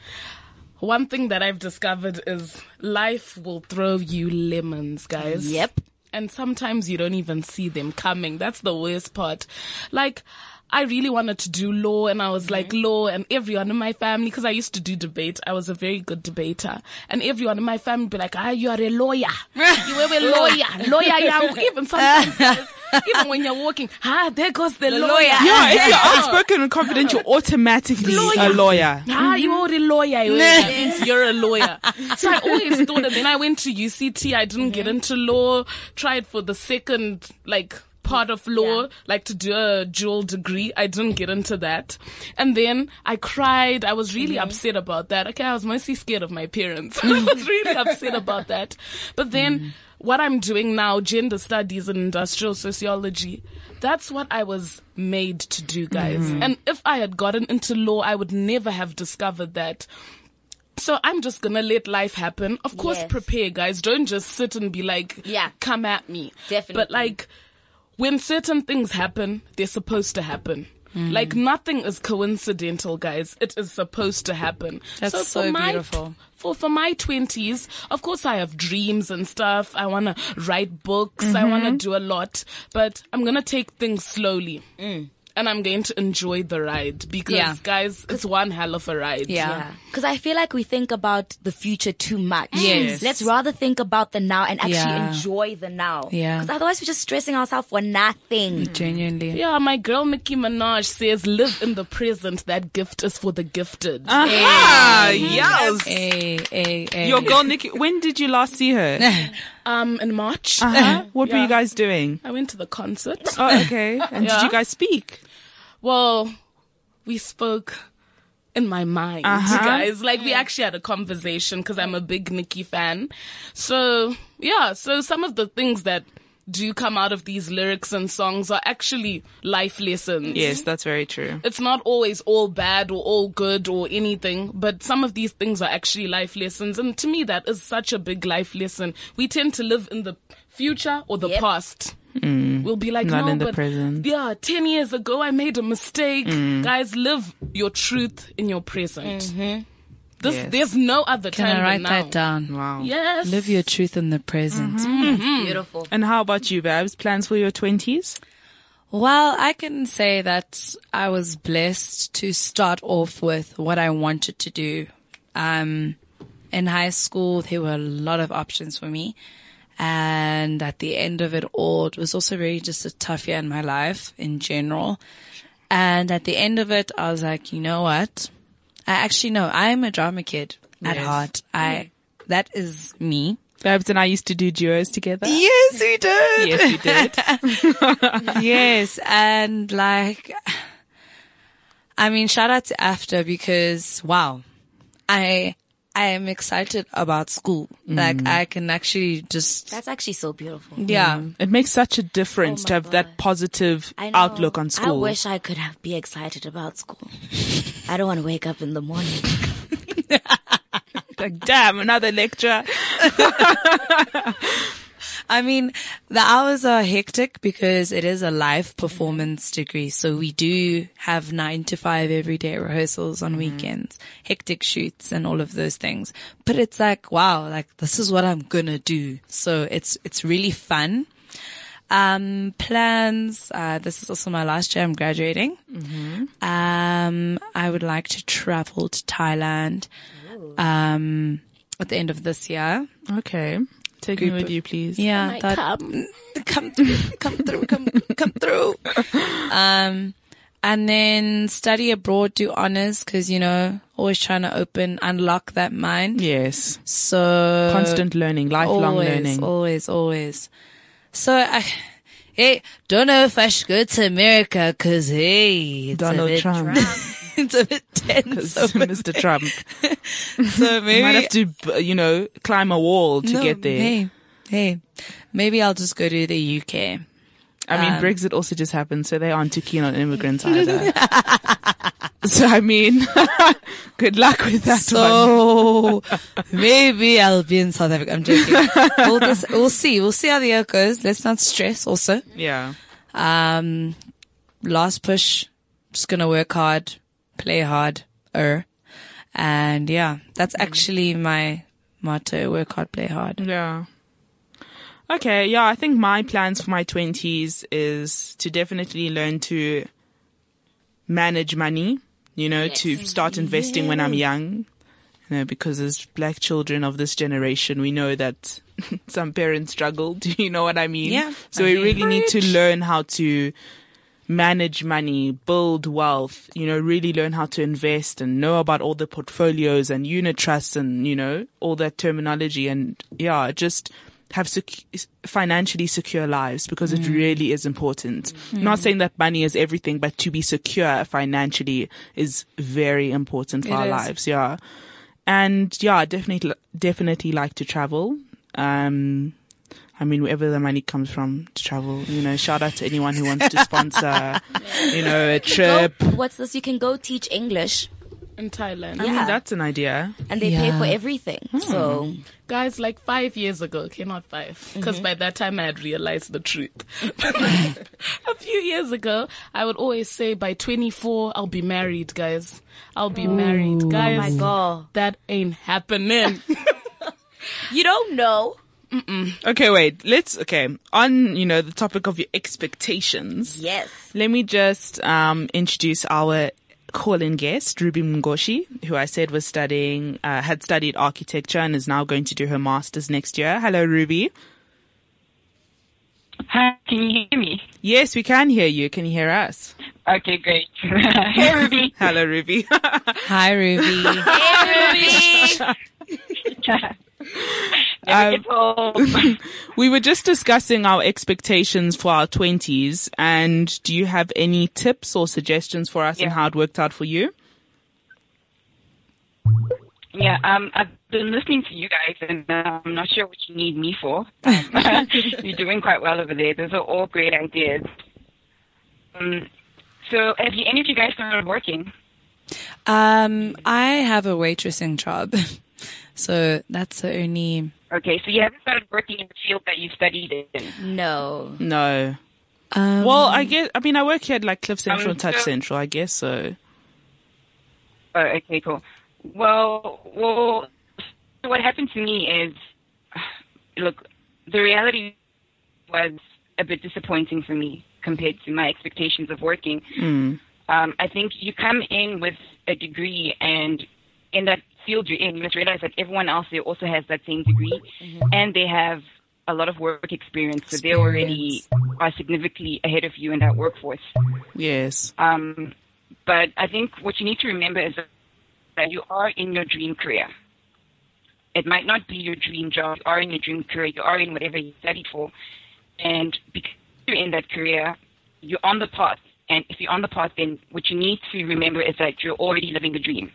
[SPEAKER 4] one thing that I've discovered is life will throw you lemons, guys.
[SPEAKER 3] Yep.
[SPEAKER 4] And sometimes you don't even see them coming. That's the worst part. Like, I really wanted to do law and I was like law and everyone in my family, cause I used to do debate. I was a very good debater and everyone in my family be like, ah, you are a lawyer. You are a lawyer. Lawyer, young. Even sometimes, guys, even when you're walking, ah, there goes the, lawyer.
[SPEAKER 2] Yeah, if you're outspoken and confident, you're automatically a lawyer.
[SPEAKER 4] Ah, you are a lawyer. you are- That means you're a lawyer. so I always thought, and then I went to UCT. I didn't get into law. Tried for the second, like, part of law, like to do a dual degree. I didn't get into that. And then I cried. I was really upset about that. Okay, I was mostly scared of my parents. I was really upset about that. But then, what I'm doing now, gender studies and industrial sociology, that's what I was made to do, guys. And if I had gotten into law, I would never have discovered that. So I'm just gonna let life happen. Of course,
[SPEAKER 3] Yes.
[SPEAKER 4] prepare, guys. Don't just sit and be like,
[SPEAKER 3] Yeah.
[SPEAKER 4] come at me.
[SPEAKER 3] Definitely.
[SPEAKER 4] But like, when certain things happen, they're supposed to happen. Like nothing is coincidental, guys. It is supposed to happen.
[SPEAKER 5] That's so beautiful.
[SPEAKER 4] For for my twenties, of course, I have dreams and stuff. I wanna write books. I wanna
[SPEAKER 2] Mm-hmm.
[SPEAKER 4] do a lot, but I'm gonna take things slowly.
[SPEAKER 2] Mm.
[SPEAKER 4] And I'm going to enjoy the ride because,
[SPEAKER 5] Yeah.
[SPEAKER 4] guys, it's one hell of a ride.
[SPEAKER 5] Yeah.
[SPEAKER 3] Yeah. Because I feel like we think about the future too much.
[SPEAKER 5] Yes.
[SPEAKER 3] Let's rather think about the now and actually
[SPEAKER 5] Yeah.
[SPEAKER 3] enjoy the now.
[SPEAKER 5] Yeah.
[SPEAKER 3] Because otherwise we're just stressing ourselves for nothing.
[SPEAKER 5] Mm. Genuinely.
[SPEAKER 4] Yeah, my girl Nicki Minaj says, "Live in the present. That gift is for the gifted."
[SPEAKER 2] Ah, yes.
[SPEAKER 5] Hey, hey, hey.
[SPEAKER 2] Your girl Nikki, when did you last see her?
[SPEAKER 4] Um, in March,
[SPEAKER 2] Uh-huh. What were
[SPEAKER 4] Yeah.
[SPEAKER 2] you guys doing?
[SPEAKER 4] I went to the concert.
[SPEAKER 2] Oh, okay. And did
[SPEAKER 4] Yeah.
[SPEAKER 2] you guys speak?
[SPEAKER 4] Well, we spoke in my mind, guys. Like we actually had a conversation because I'm a big Nicki fan. So yeah, so some of the things that do come out of these lyrics and songs are actually life lessons.
[SPEAKER 2] Yes,
[SPEAKER 3] Mm-hmm.
[SPEAKER 2] that's very true.
[SPEAKER 4] it's not always all bad or all good or anything, but some of these things are actually life lessons. And to me, that is such a big life lesson. We tend to live in the future or the
[SPEAKER 3] Yep.
[SPEAKER 4] past.
[SPEAKER 5] Mm.
[SPEAKER 4] We'll be like,
[SPEAKER 2] Not
[SPEAKER 4] no,
[SPEAKER 2] in the
[SPEAKER 4] but
[SPEAKER 2] present."
[SPEAKER 4] yeah, 10 years ago, I made a mistake.
[SPEAKER 5] Mm.
[SPEAKER 4] Guys, live your truth in your present. This,
[SPEAKER 2] Yes.
[SPEAKER 4] There's no other
[SPEAKER 5] Can
[SPEAKER 4] time
[SPEAKER 5] I
[SPEAKER 4] than
[SPEAKER 5] write
[SPEAKER 4] now.
[SPEAKER 5] that down?
[SPEAKER 2] Wow.
[SPEAKER 4] Yes.
[SPEAKER 5] Live your truth in the present. Mm.
[SPEAKER 3] Beautiful.
[SPEAKER 2] And how about you, Babs? Plans for your 20s?
[SPEAKER 5] Well, I can say that I was blessed to start off with what I wanted to do. Um, in high school, there were a lot of options for me. And at the end of it all, it was also really just a tough year in my life in general. And at the end of it, I was like, you know what? I actually know I'm a drama kid at heart. I, that is me.
[SPEAKER 2] Babs and I used to do duos together.
[SPEAKER 5] Yes, we did.
[SPEAKER 2] Yes, we did.
[SPEAKER 5] yes, and like, I mean, shout out to After because wow, I I am excited about school. Like, I can actually just
[SPEAKER 3] That's actually so beautiful.
[SPEAKER 5] yeah,
[SPEAKER 2] It makes such a difference
[SPEAKER 3] Oh
[SPEAKER 2] to
[SPEAKER 3] my
[SPEAKER 2] have
[SPEAKER 3] God.
[SPEAKER 2] that positive
[SPEAKER 3] I know.
[SPEAKER 2] outlook on school.
[SPEAKER 3] I wish I could have, be excited about school. I don't want to wake up in the morning.
[SPEAKER 2] Like, damn, another lecture.
[SPEAKER 5] I mean, the hours are hectic because it is a live performance degree. So we do have nine to five every day rehearsals on weekends, hectic shoots and all of those things. But it's like, wow, like this is what I'm going to do. So it's, it's really fun. Um, plans. Uh, this is also my last year. I'm graduating. Um, I would like to travel to Thailand. Um, at the end of this year.
[SPEAKER 2] Okay. Take me with you, please.
[SPEAKER 5] Yeah,
[SPEAKER 4] Might
[SPEAKER 5] that-
[SPEAKER 4] come.
[SPEAKER 5] come through, come through, come come through. Um, and then study abroad, do honors, because you know, always trying to open, unlock that mind.
[SPEAKER 2] Yes.
[SPEAKER 5] So
[SPEAKER 2] Constant learning, lifelong
[SPEAKER 5] Uh, always,
[SPEAKER 2] learning.
[SPEAKER 5] always, always. So I, hey, don't know if I should go to America, cause hey, it's a
[SPEAKER 2] Donald
[SPEAKER 5] bit,
[SPEAKER 2] Trump.
[SPEAKER 5] it's a bit tense. over
[SPEAKER 2] Mr. Trump.
[SPEAKER 5] so maybe
[SPEAKER 2] You might have to, b- you know, climb a wall to
[SPEAKER 5] no,
[SPEAKER 2] get there.
[SPEAKER 5] Hey, hey, maybe I'll just go to the UK.
[SPEAKER 2] I mean, Brexit also just happened, so they aren't too keen on immigrants either. so, I mean, good luck with that one.
[SPEAKER 5] so maybe I'll be in South Africa. I'm joking. we'll, just, we'll see. We'll see how the year goes. Let's not stress. Also,
[SPEAKER 2] Yeah.
[SPEAKER 5] um, last push. Just gonna work hard, play hard, er, and yeah, that's actually my motto: work hard, play hard.
[SPEAKER 2] Yeah. Okay, yeah, I think my plans for my 20s is to definitely learn to manage money, you know, to start investing when I'm young. You know, because as black children of this generation, we know that some parents struggle. Do you know what I mean?
[SPEAKER 5] Yeah,
[SPEAKER 2] So
[SPEAKER 5] I
[SPEAKER 2] we
[SPEAKER 5] hear you.
[SPEAKER 2] really need to learn how to manage money, build wealth, you know, really learn how to invest and know about all the portfolios and unit trusts and, you know, all that terminology and yeah, just have sec- financially secure lives because it
[SPEAKER 5] Mm.
[SPEAKER 2] really is important. Not saying that money is everything, but to be secure financially is very important for
[SPEAKER 5] It
[SPEAKER 2] our
[SPEAKER 5] is.
[SPEAKER 2] lives. Yeah. And yeah, I definitely, definitely like to travel. Um, I mean, wherever the money comes from to travel, you know, shout out to anyone who wants to sponsor, you know, a
[SPEAKER 3] Go,
[SPEAKER 2] trip. Mm,
[SPEAKER 3] what's this? You can go teach English
[SPEAKER 4] in Thailand.
[SPEAKER 2] I mean,
[SPEAKER 3] Yeah.
[SPEAKER 2] that's an idea.
[SPEAKER 3] and they pay
[SPEAKER 5] Yeah.
[SPEAKER 3] for everything.
[SPEAKER 2] Hmm.
[SPEAKER 3] So
[SPEAKER 4] Guys, like five years ago, okay, not five,
[SPEAKER 3] Mm-hmm.
[SPEAKER 4] because by that time I had realized the truth. a few years ago, I would always say by 24, I'll be married, guys. I'll be married, guys.
[SPEAKER 3] Oh my God.
[SPEAKER 4] That ain't happening.
[SPEAKER 3] you don't know.
[SPEAKER 2] Okay, wait, let's, okay, on, you know, the topic of your expectations,
[SPEAKER 3] Yes.
[SPEAKER 2] let me just, um, introduce our call-in guest, Ruby Mungoshi, who I said was studying, uh, had studied architecture and is now going to do her master's next year. Hello, Ruby.
[SPEAKER 1] Hi, can you hear me?
[SPEAKER 2] Yes, we can hear you. Can you hear us?
[SPEAKER 1] Okay, great. hey, Ruby.
[SPEAKER 2] Hello, Ruby.
[SPEAKER 5] Hi, Ruby.
[SPEAKER 1] Never gets old.
[SPEAKER 2] Um, We were just discussing our expectations for our 20s and do you have any tips or suggestions for us and
[SPEAKER 1] Yeah.
[SPEAKER 2] how it worked out for you?
[SPEAKER 1] yeah, um, I've been listening to you guys, and uh, I'm not sure what you need me for. Um, you're doing quite well over there. Those are all great ideas. Um, so, have you, any of you guys started working?
[SPEAKER 5] um, I have a waitressing job, so that's the only.
[SPEAKER 1] Okay, so you haven't started working in the field that you studied in.
[SPEAKER 3] No.
[SPEAKER 2] No.
[SPEAKER 5] Um,
[SPEAKER 2] Well, I guess, I mean, I work here at like Cliff Central
[SPEAKER 1] Um,
[SPEAKER 2] and Touch
[SPEAKER 1] so-
[SPEAKER 2] Central, I guess, so.
[SPEAKER 1] Oh, okay, cool. Well, well, so what happened to me is, look, the reality was a bit disappointing for me compared to my expectations of working. Um, I think you come in with a degree, and in that field you're in, you must realize that everyone else there also has that same degree, and they have a lot of work experience, so they already are significantly ahead of you in that workforce.
[SPEAKER 2] Yes.
[SPEAKER 1] Um, but I think what you need to remember is that you are in your dream career. It might not be your dream job. You are in your dream career. You are in whatever you studied for. And because you're in that career, you're on the path. And if you're on the path, then what you need to remember is that you're already living the dream.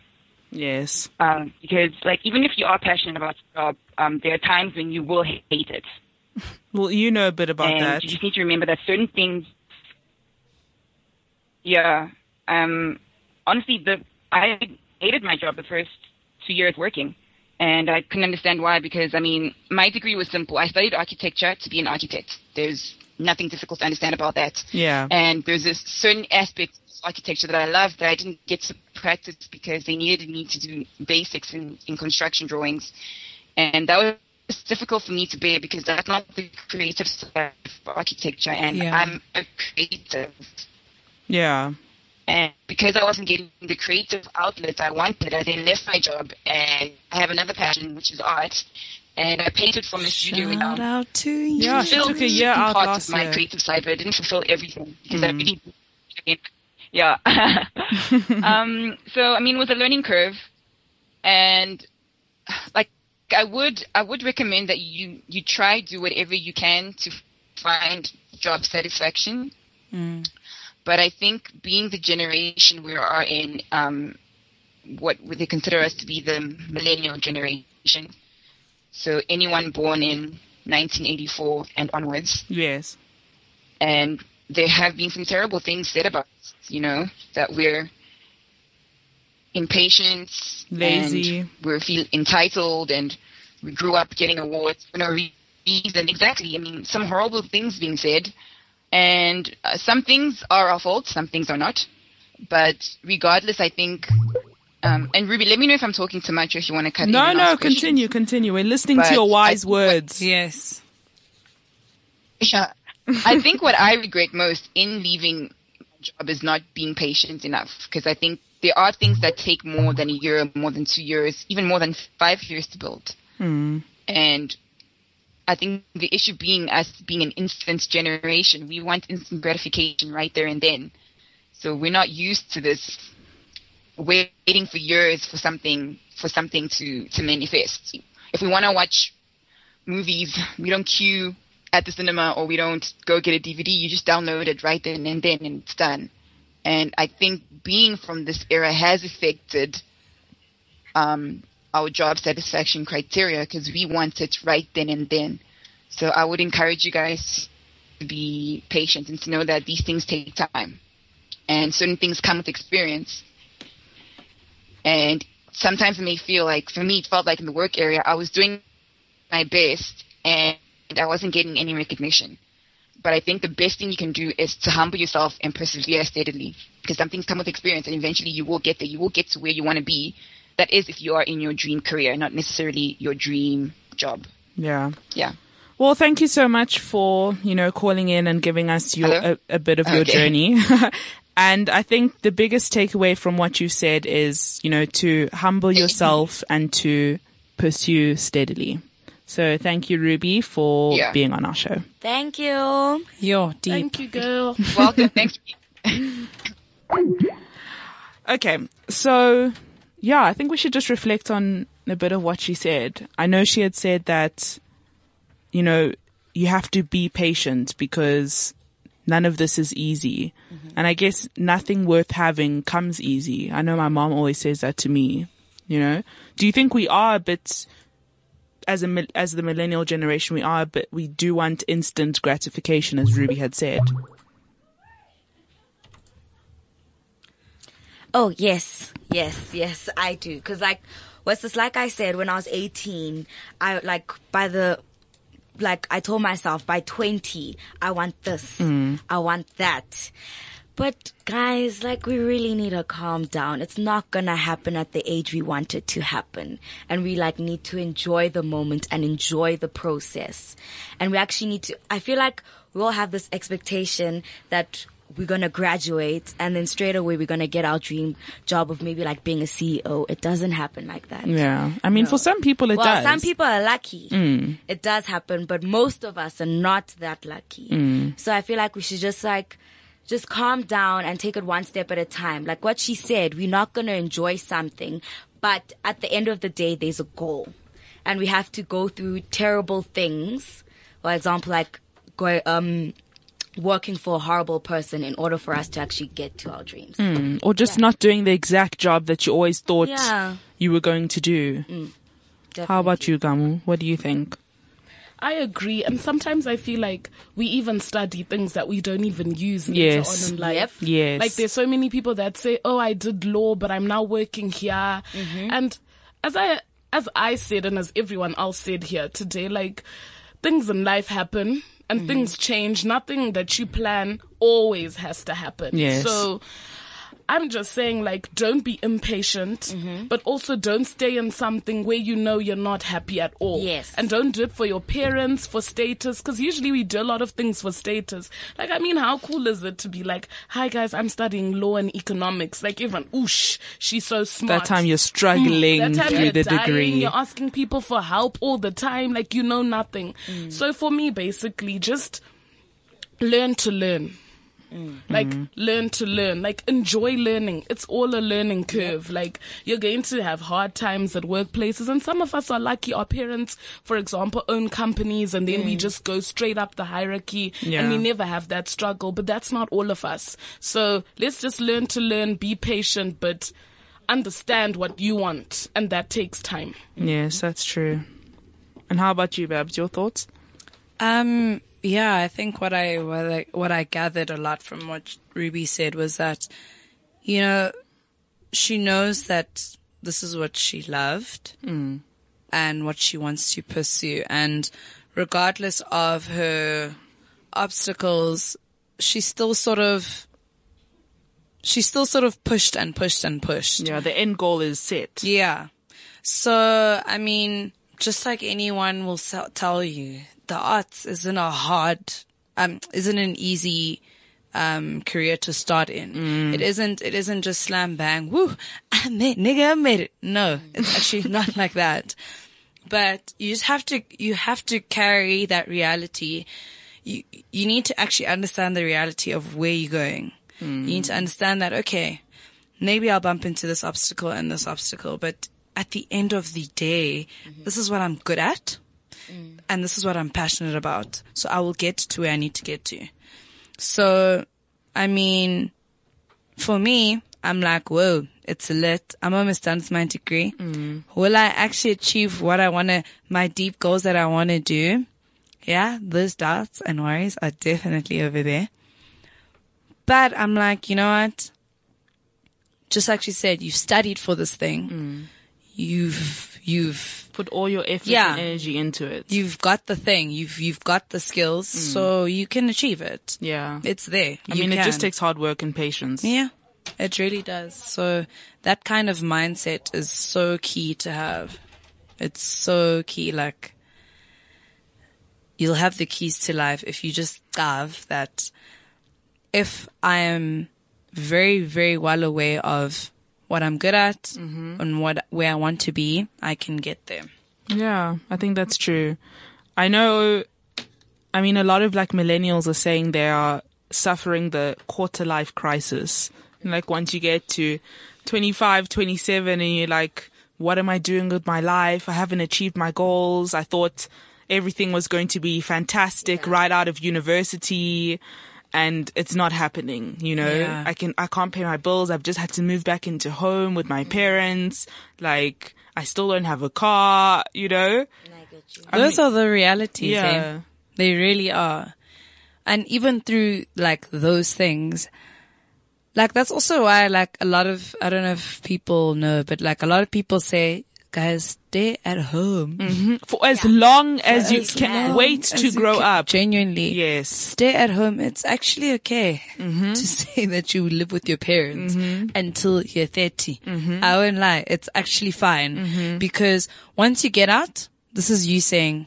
[SPEAKER 2] Yes.
[SPEAKER 1] Um, because, like, even if you are passionate about your job, um, there are times when you will hate it.
[SPEAKER 2] Well, you know a bit about
[SPEAKER 1] and
[SPEAKER 2] that.
[SPEAKER 1] you just need to remember that certain things. Yeah. Um. Honestly, the I hated my job the first two years working, And I couldn't understand why because, I mean, my degree was simple. I studied architecture to be an architect. There's nothing difficult to understand about that.
[SPEAKER 2] Yeah.
[SPEAKER 1] And there's a certain aspect of architecture that I loved that I didn't get to practice because they needed me to do basics in, in construction drawings. And that was it's difficult for me to bear because that's not the creative side of architecture, and
[SPEAKER 5] Yeah.
[SPEAKER 1] I'm a creative.
[SPEAKER 2] Yeah.
[SPEAKER 1] And because I wasn't getting the creative outlet I wanted, I then left my job and I have another passion, which is art. And I painted from a studio
[SPEAKER 5] Shout
[SPEAKER 1] without
[SPEAKER 5] out to you.
[SPEAKER 2] Yeah, she took a year
[SPEAKER 1] certain
[SPEAKER 2] out
[SPEAKER 1] parts
[SPEAKER 2] last
[SPEAKER 1] of my
[SPEAKER 2] year. Mm.
[SPEAKER 1] creative side, but I didn't fulfill everything because I really, I mean, yeah. um, so I mean, it was a learning curve, and like I would, I would recommend that you you try do whatever you can to find job satisfaction.
[SPEAKER 2] Mm.
[SPEAKER 1] But I think being the generation we are in, um, what would they consider us to be the millennial generation? So anyone born in 1984 and onwards,
[SPEAKER 2] Yes.
[SPEAKER 1] and there have been some terrible things said about us, you know, that we're impatient, and
[SPEAKER 2] Lazy.
[SPEAKER 1] we're feel entitled, and we grew up getting awards for no re- reason. Exactly. I mean, some horrible things being said, and uh, some things are our fault, some things are not. But regardless, I think. Um, and Ruby, let me know if I'm talking too much or if you want to cut in
[SPEAKER 2] No,
[SPEAKER 1] and
[SPEAKER 2] no,
[SPEAKER 1] ask questions.
[SPEAKER 2] continue, continue. We're listening
[SPEAKER 1] But
[SPEAKER 2] to your
[SPEAKER 1] I
[SPEAKER 2] wise
[SPEAKER 1] think what-
[SPEAKER 2] words.
[SPEAKER 5] Yes.
[SPEAKER 1] Yeah. I think what I regret most in leaving my job is not being patient enough because I think there are things that take more than a year, more than two years, even more than five years to build. And I think the issue being us being an instant generation, we want instant gratification right there and then. So we're not used to this waiting for years for something for something to, to manifest. If we want to watch movies. We don't queue at the cinema or we don't go get a DVD. You just download it right then and then and it's done. And I think being from this era has affected um, our job satisfaction criteria because we want it right then and then. So I would encourage you guys to be patient and to know that these things take time and certain things come with experience. And sometimes it may feel like, for me, it felt like in the work area, I was doing my best and I wasn't getting any recognition. But I think the best thing you can do is to humble yourself and persevere steadily because some things come with experience and eventually you will get there. You will get to where you want to be. That is if you are in your dream career, not necessarily your dream job.
[SPEAKER 2] Yeah.
[SPEAKER 1] Yeah.
[SPEAKER 2] Well, thank you so much for, you know, calling in and giving us your,
[SPEAKER 1] Hello?
[SPEAKER 2] a, a bit of your
[SPEAKER 1] Okay.
[SPEAKER 2] journey. and I think the biggest takeaway from what you said is, you know, to humble yourself and to pursue steadily. So thank you, Ruby, for
[SPEAKER 1] Yeah.
[SPEAKER 2] being on our show.
[SPEAKER 3] Thank you.
[SPEAKER 5] Yo, deep.
[SPEAKER 4] Thank you, girl.
[SPEAKER 1] Welcome. Thanks.
[SPEAKER 2] Okay. So yeah, I think we should just reflect on a bit of what she said. I know she had said that, you know, you have to be patient because none of this is easy. And I guess nothing worth having comes easy. I know my mom always says that to me, you know. Do you think we are a bit as a mil- as the millennial generation we are but we do want instant gratification as Ruby had said.
[SPEAKER 3] Oh, yes. Yes, yes, I do. Cause like, what's this? Like I said, when I was 18, I like, by the, like I told myself by 20, I want this.
[SPEAKER 2] Mm.
[SPEAKER 3] I want that. But guys, like we really need to calm down. It's not gonna happen at the age we want it to happen. And we like need to enjoy the moment and enjoy the process. And we actually need to, I feel like we all have this expectation that we're gonna graduate and then straight away we're gonna get our dream job of maybe like being a CEO. It doesn't happen like that.
[SPEAKER 2] Yeah. I mean for some people it
[SPEAKER 3] Well,
[SPEAKER 2] does.
[SPEAKER 3] some people are lucky.
[SPEAKER 2] Mm.
[SPEAKER 3] It does happen, but most of us are not that lucky.
[SPEAKER 2] Mm.
[SPEAKER 3] So I feel like we should just like, just calm down and take it one step at a time. Like what she said, we're not going to enjoy something, but at the end of the day, there's a goal and we have to go through terrible things. For example, like go, um, working for a horrible person in order for us to actually get to our dreams.
[SPEAKER 2] Mm, or just not doing the exact job that you always thought
[SPEAKER 3] Yeah.
[SPEAKER 2] you were going to do. How about you, Gamu? What do you think?
[SPEAKER 4] I agree, and sometimes I feel like we even study things that we don't even use later
[SPEAKER 2] Yes.
[SPEAKER 4] on in life.
[SPEAKER 3] Yep.
[SPEAKER 2] Yes.
[SPEAKER 4] Like there's so
[SPEAKER 3] Mm-hmm.
[SPEAKER 4] many people that say, "Oh, I did law, but I'm now working here," and as I as I said and as everyone else said here today, like things in life happen
[SPEAKER 3] Mm-hmm.
[SPEAKER 4] and things change. Nothing that you plan always has to happen.
[SPEAKER 2] Yes.
[SPEAKER 4] So I'm just saying, like, don't be impatient,
[SPEAKER 3] Mm-hmm.
[SPEAKER 4] but also don't stay in something where you know you're not happy at all.
[SPEAKER 3] Yes.
[SPEAKER 4] And don't do it for your parents, for status, because usually we do a lot of things for status. Like, I mean, how cool is it to be like, hi guys, I'm studying law and economics? Like, even, oosh, she's so smart. Mm,
[SPEAKER 2] That time you're struggling
[SPEAKER 4] That time
[SPEAKER 2] through
[SPEAKER 4] you're
[SPEAKER 2] the
[SPEAKER 4] dying,
[SPEAKER 2] degree.
[SPEAKER 4] You're asking people for help all the time, like you know nothing.
[SPEAKER 2] Mm.
[SPEAKER 4] So for me, basically, just learn to learn. Like learn to learn, like enjoy learning. It's all a learning curve. Like you're going to have hard times at workplaces, and some of us are lucky. Our parents, for example, own companies, and then we just go straight up the hierarchy,
[SPEAKER 2] Yeah.
[SPEAKER 4] and we never have that struggle. But that's not all of us. So let's just learn to learn, be patient, but understand what you want, and that takes time.
[SPEAKER 2] Yes, that's true. And how about you, Babs? Your thoughts?
[SPEAKER 5] Um, yeah, I think what I, what I what I gathered a lot from what Ruby said was that, you know, she knows that this is what she loved and what she wants to pursue, and regardless of her obstacles, she still sort of. She still sort of pushed and pushed and pushed.
[SPEAKER 2] Yeah, the end goal is set.
[SPEAKER 5] Yeah. So, I mean, just like anyone will sell, tell you, the arts isn't a hard, um, isn't an easy, um, career to start in. It isn't, it isn't just slam bang, woo, I made, nigga, I made it. No, it's actually not like that. But you just have to, you have to carry that reality. You, you need to actually understand the reality of where you're going. You need to understand that, okay, maybe I'll bump into this obstacle and this obstacle, but at the end of the day, this is what I'm good at and this is what I'm passionate about. So I will get to where I need to get to. So, I mean, for me, I'm like, whoa, it's lit. I'm almost done with my degree. Will I actually achieve what I want to, my deep goals that I want to do? Yeah, those doubts and worries are definitely over there. But I'm like, you know what? Just like she said, you've studied for this thing.
[SPEAKER 2] Mm.
[SPEAKER 5] You've, you've,
[SPEAKER 2] Put all your effort
[SPEAKER 5] Yeah.
[SPEAKER 2] and energy into it.
[SPEAKER 5] you've got the thing. You've, you've got the skills. So you can achieve it.
[SPEAKER 2] Mm. yeah.
[SPEAKER 5] It's there.
[SPEAKER 2] I
[SPEAKER 5] You
[SPEAKER 2] mean, it just
[SPEAKER 5] can.
[SPEAKER 2] takes hard work and patience.
[SPEAKER 5] Yeah, it really does. So that kind of mindset is so key to have. It's so key. Like you'll have the keys to life if you just have that. If I am very, very well aware of what I'm good at and what where I want to be, I can get there.
[SPEAKER 2] Yeah, I think that's true. I know, I mean, a lot of like millennials are saying they are suffering the quarter life crisis. And, like once you get to 25, 27 and you're like, what am I doing with my life? I haven't achieved my goals. I thought everything was going to be fantastic right out of university and it's not happening, you know?
[SPEAKER 5] Yeah.
[SPEAKER 2] I can I can't pay my bills. I've just had to move back into home with my parents. Like I still don't have a car, you know?
[SPEAKER 5] Those are the realities. eh?
[SPEAKER 2] Yeah.
[SPEAKER 5] They really are. And even through like those things, like that's also why like a lot of, I don't know if people know, but like a lot of people say, guys, stay at home.
[SPEAKER 2] For as long as you can
[SPEAKER 5] Long
[SPEAKER 2] Mm. wait
[SPEAKER 5] as
[SPEAKER 2] to
[SPEAKER 5] you
[SPEAKER 2] grow
[SPEAKER 5] can-
[SPEAKER 2] up.
[SPEAKER 5] Genuinely.
[SPEAKER 2] Yes.
[SPEAKER 5] Stay at home. It's actually okay
[SPEAKER 2] Mm-hmm.
[SPEAKER 5] to say that you live with your parents until you're 30.
[SPEAKER 2] Mm-hmm.
[SPEAKER 5] I won't lie. It's actually fine because once you get out, this is you saying,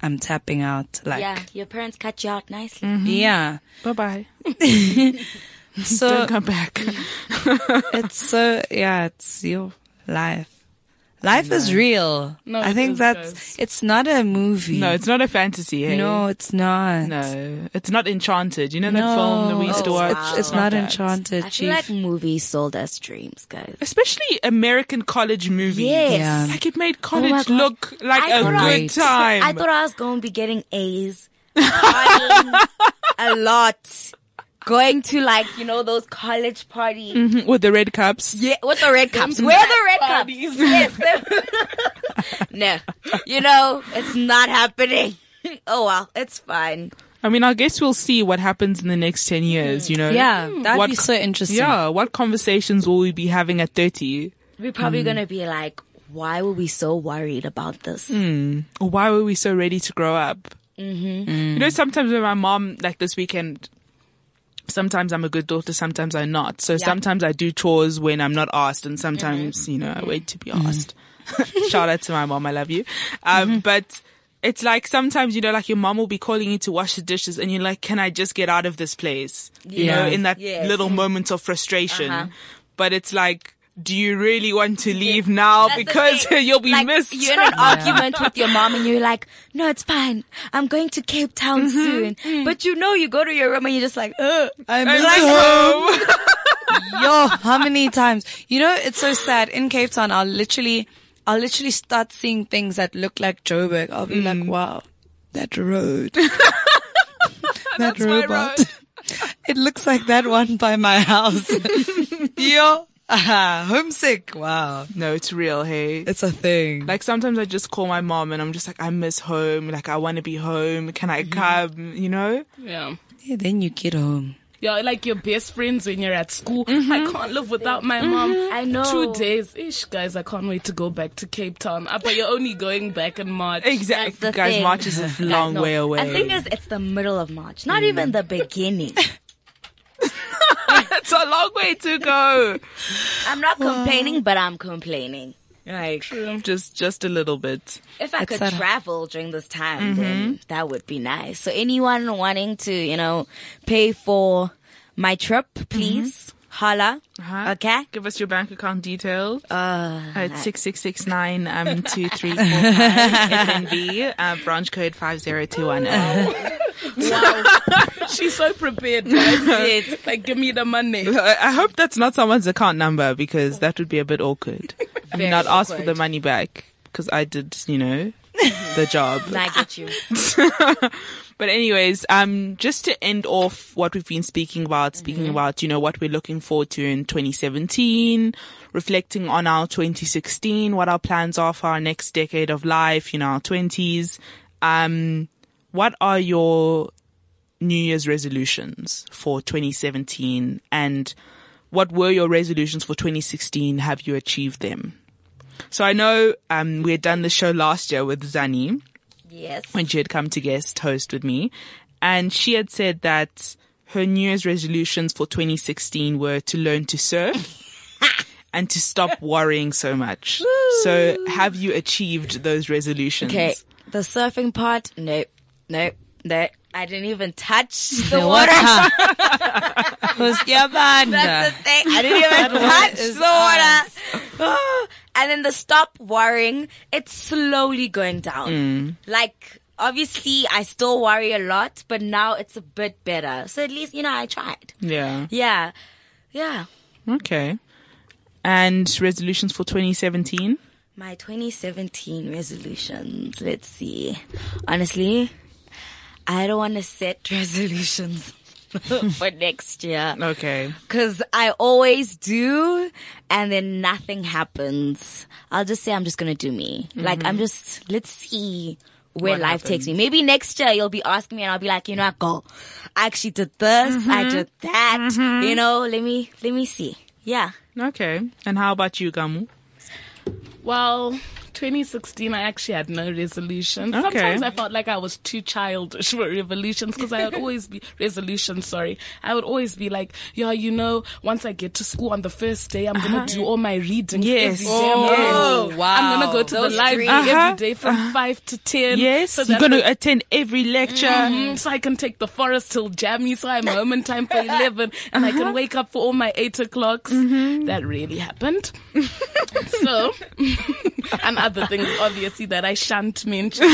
[SPEAKER 5] I'm tapping out. Like,
[SPEAKER 3] Yeah, your parents cut you out nicely.
[SPEAKER 2] Mm.
[SPEAKER 5] yeah.
[SPEAKER 2] Bye bye. Mm-hmm.
[SPEAKER 5] So
[SPEAKER 2] Don't come back.
[SPEAKER 5] it's so yeah, it's your life. Life is real.
[SPEAKER 4] No,
[SPEAKER 5] I
[SPEAKER 4] it
[SPEAKER 5] think
[SPEAKER 4] is,
[SPEAKER 5] that's
[SPEAKER 4] guys.
[SPEAKER 5] it's not a movie.
[SPEAKER 2] no, it's not a fantasy. Hey?
[SPEAKER 5] no, it's not.
[SPEAKER 2] No, it's not Enchanted. You know that
[SPEAKER 5] no,
[SPEAKER 2] film that we used to
[SPEAKER 5] it's-
[SPEAKER 2] watch.
[SPEAKER 5] It's, it's not
[SPEAKER 2] that.
[SPEAKER 5] enchanted.
[SPEAKER 3] I
[SPEAKER 5] Chief.
[SPEAKER 3] feel like movies sold us dreams, guys.
[SPEAKER 2] Especially American college movies.
[SPEAKER 3] Yes.
[SPEAKER 5] Yeah.
[SPEAKER 2] Like it made
[SPEAKER 3] Oh my
[SPEAKER 2] college
[SPEAKER 3] God.
[SPEAKER 2] look like
[SPEAKER 3] I
[SPEAKER 2] a
[SPEAKER 3] thought I-
[SPEAKER 2] good time.
[SPEAKER 3] I thought I was going to be getting A's, partying a lot, going to like you know those college parties.
[SPEAKER 2] Mhm, With the red cups.
[SPEAKER 3] Yeah, with the red cups. Where are the red cups? Yes. they're- no, you know it's not happening. Oh well, it's fine.
[SPEAKER 2] I mean, I guess we'll see what happens in the next 10 years, you know?
[SPEAKER 5] yeah, that'd
[SPEAKER 2] Hmm. What
[SPEAKER 5] be
[SPEAKER 2] co-
[SPEAKER 5] so interesting.
[SPEAKER 2] Yeah. What conversations will we be having at 30?
[SPEAKER 3] We're probably gonna be like, why were we so worried about this?
[SPEAKER 2] why were we so ready to grow up? Mm-hmm. You know, sometimes with my mom, like this weekend, sometimes I'm a good daughter, sometimes I'm not. So sometimes I do chores when I'm not asked, and sometimes,
[SPEAKER 3] Mm-hmm.
[SPEAKER 2] you know, I wait to be asked. Shout out to my mom, I love you. Um,
[SPEAKER 3] Mm-hmm.
[SPEAKER 2] But it's like sometimes, you know, like your mom will be calling you to wash the dishes, and you're like, can I just get out of this place? You know, in that
[SPEAKER 3] Yes. Uh-huh.
[SPEAKER 2] little moment of frustration. But it's like, do you really want to leave now?
[SPEAKER 3] That's the
[SPEAKER 2] because
[SPEAKER 3] thing.
[SPEAKER 2] you'll be
[SPEAKER 3] Like,
[SPEAKER 2] missed.
[SPEAKER 3] You're in an argument with your mom and you're like, no, it's fine. I'm going to Cape Town soon. But you know, you go to your room and you're just like, ugh.
[SPEAKER 5] I'm
[SPEAKER 2] I'm
[SPEAKER 5] like,
[SPEAKER 2] home.
[SPEAKER 5] yo, how many times? You know, it's so sad. In Cape Town, I'll literally, I'll literally start seeing things that look like Joburg. I'll be like, wow, that road. that
[SPEAKER 2] my
[SPEAKER 5] robot. it looks like that one by my house. yo, ah, homesick. Wow.
[SPEAKER 2] No, it's real, hey.
[SPEAKER 5] It's a thing.
[SPEAKER 2] Like sometimes I just call my mom and I'm just like, I miss home. Like I want to be home. Can I
[SPEAKER 3] Mm-hmm.
[SPEAKER 2] come? You know?
[SPEAKER 4] Yeah.
[SPEAKER 5] Yeah, then you get home.
[SPEAKER 4] You're like your best friends when you're at school. I can't live without my mom.
[SPEAKER 3] I know.
[SPEAKER 2] Oh.
[SPEAKER 4] Two days. Ish, guys, I can't wait to go back to Cape Town. Ah, But you're only going back in March.
[SPEAKER 2] Exactly.
[SPEAKER 3] That's the
[SPEAKER 2] Guys,
[SPEAKER 3] thing.
[SPEAKER 2] March is a long
[SPEAKER 3] No.
[SPEAKER 2] way away.
[SPEAKER 3] I Mm. think it's, it's the middle of March, not even the beginning.
[SPEAKER 2] it's a long way to go.
[SPEAKER 3] I'm not complaining, but I'm complaining. Like,
[SPEAKER 2] just, just a little bit.
[SPEAKER 3] if I
[SPEAKER 5] It's
[SPEAKER 3] could
[SPEAKER 5] that-
[SPEAKER 3] travel during this time, then that would be nice. So anyone wanting to, you know, pay for my trip, please holla.
[SPEAKER 2] Uh-huh.
[SPEAKER 3] Okay.
[SPEAKER 2] Give us your bank account details.
[SPEAKER 3] Uh,
[SPEAKER 2] at six six six nine um two three four five SNB uh, branch code five zero two one
[SPEAKER 3] Oh,
[SPEAKER 2] zero.
[SPEAKER 4] She's so prepared. guys. like, give me the money.
[SPEAKER 2] I hope that's not someone's account number because that would be a bit awkward. I mean, I'd ask for the money back because I did, you know, the job.
[SPEAKER 3] I get you.
[SPEAKER 2] But anyways, um, just to end off what we've been speaking about, speaking about, you know, what we're looking forward to in 2017, reflecting on our 2016, what our plans are for our next decade of life, you know, our 20s. Um, what are your New Year's resolutions for 2017 and what were your resolutions for 2016? Have you achieved them? So I know, um, we had done the show last year with Zani
[SPEAKER 3] Yes.
[SPEAKER 2] when she had come to guest host with me. And she had said that her New Year's resolutions for 2016 were to learn to surf and to stop worrying so much. So have you achieved those resolutions?
[SPEAKER 3] Okay, the surfing part, nope, nope, no. I didn't even touch the
[SPEAKER 5] The
[SPEAKER 3] water.
[SPEAKER 5] water. Cause your band.
[SPEAKER 3] That's the thing. I didn't even touch
[SPEAKER 5] is
[SPEAKER 3] the water. and then the stop worrying, it's slowly going down.
[SPEAKER 5] Mm.
[SPEAKER 3] Like, obviously, I still worry a lot, but now it's a bit better. So at least, you know, I tried.
[SPEAKER 2] Yeah.
[SPEAKER 3] Yeah. Yeah.
[SPEAKER 2] Okay. And resolutions for 2017?
[SPEAKER 3] My 2017 resolutions. Let's see. Honestly, I don't want to set resolutions for next year.
[SPEAKER 2] Okay.
[SPEAKER 3] Cause I always do and then nothing happens. I'll just say I'm just gonna do me. Like I'm just, let's see where
[SPEAKER 2] What
[SPEAKER 3] life takes me. Maybe next year you'll be asking me and I'll be like, you know, I go, I actually did this, I did that, you know, let me, let me see. Yeah.
[SPEAKER 2] Okay. And how about you, Gamu?
[SPEAKER 4] Well, 2016, I actually had no resolutions.
[SPEAKER 2] Okay.
[SPEAKER 4] Sometimes I felt like I was too childish for resolutions because I would always be resolutions. Sorry, I would always be like, yeah, you know, once I get to school on the first day, I'm gonna do all my reading.
[SPEAKER 2] Uh-huh. Yes.
[SPEAKER 4] every day.
[SPEAKER 2] Oh,
[SPEAKER 4] I'm gonna- I'm gonna
[SPEAKER 5] wow.
[SPEAKER 4] go to
[SPEAKER 5] Those
[SPEAKER 4] the library
[SPEAKER 2] Uh-huh.
[SPEAKER 4] every day from five to ten.
[SPEAKER 2] Yes.
[SPEAKER 4] so
[SPEAKER 2] You're
[SPEAKER 4] that
[SPEAKER 2] going to attend every lecture.
[SPEAKER 4] Mm, so I can take the forest till jammy, so I'm home in time for 11 and I can wake up for all my 8 o'clocks. That really happened. so, and other things obviously that I shan't mention.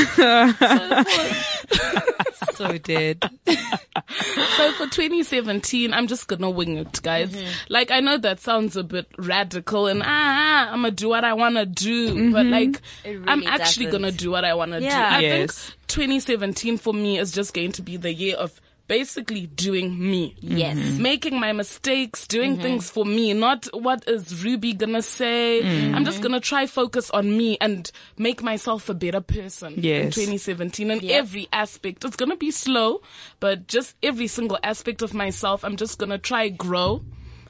[SPEAKER 5] so dead.
[SPEAKER 4] So for 2017, I'm just gonna wing it, guys. Like, I know that sounds a bit radical and ah, I'm gonna do what I wanna do, but like, I'm
[SPEAKER 3] really
[SPEAKER 4] actually
[SPEAKER 3] doesn't.
[SPEAKER 4] gonna do what I wanna do.
[SPEAKER 3] Yeah.
[SPEAKER 4] I
[SPEAKER 2] Yes.
[SPEAKER 4] think 2017 for me is just going to be the year of basically doing me.
[SPEAKER 3] Yes.
[SPEAKER 4] making my mistakes, doing things for me, not what is Ruby gonna say. I'm just gonna try focus on me and make myself a better person in
[SPEAKER 2] Yes.
[SPEAKER 4] 2017 in
[SPEAKER 3] Yeah.
[SPEAKER 4] every aspect. It's gonna be slow, but just every single aspect of myself, I'm just gonna try grow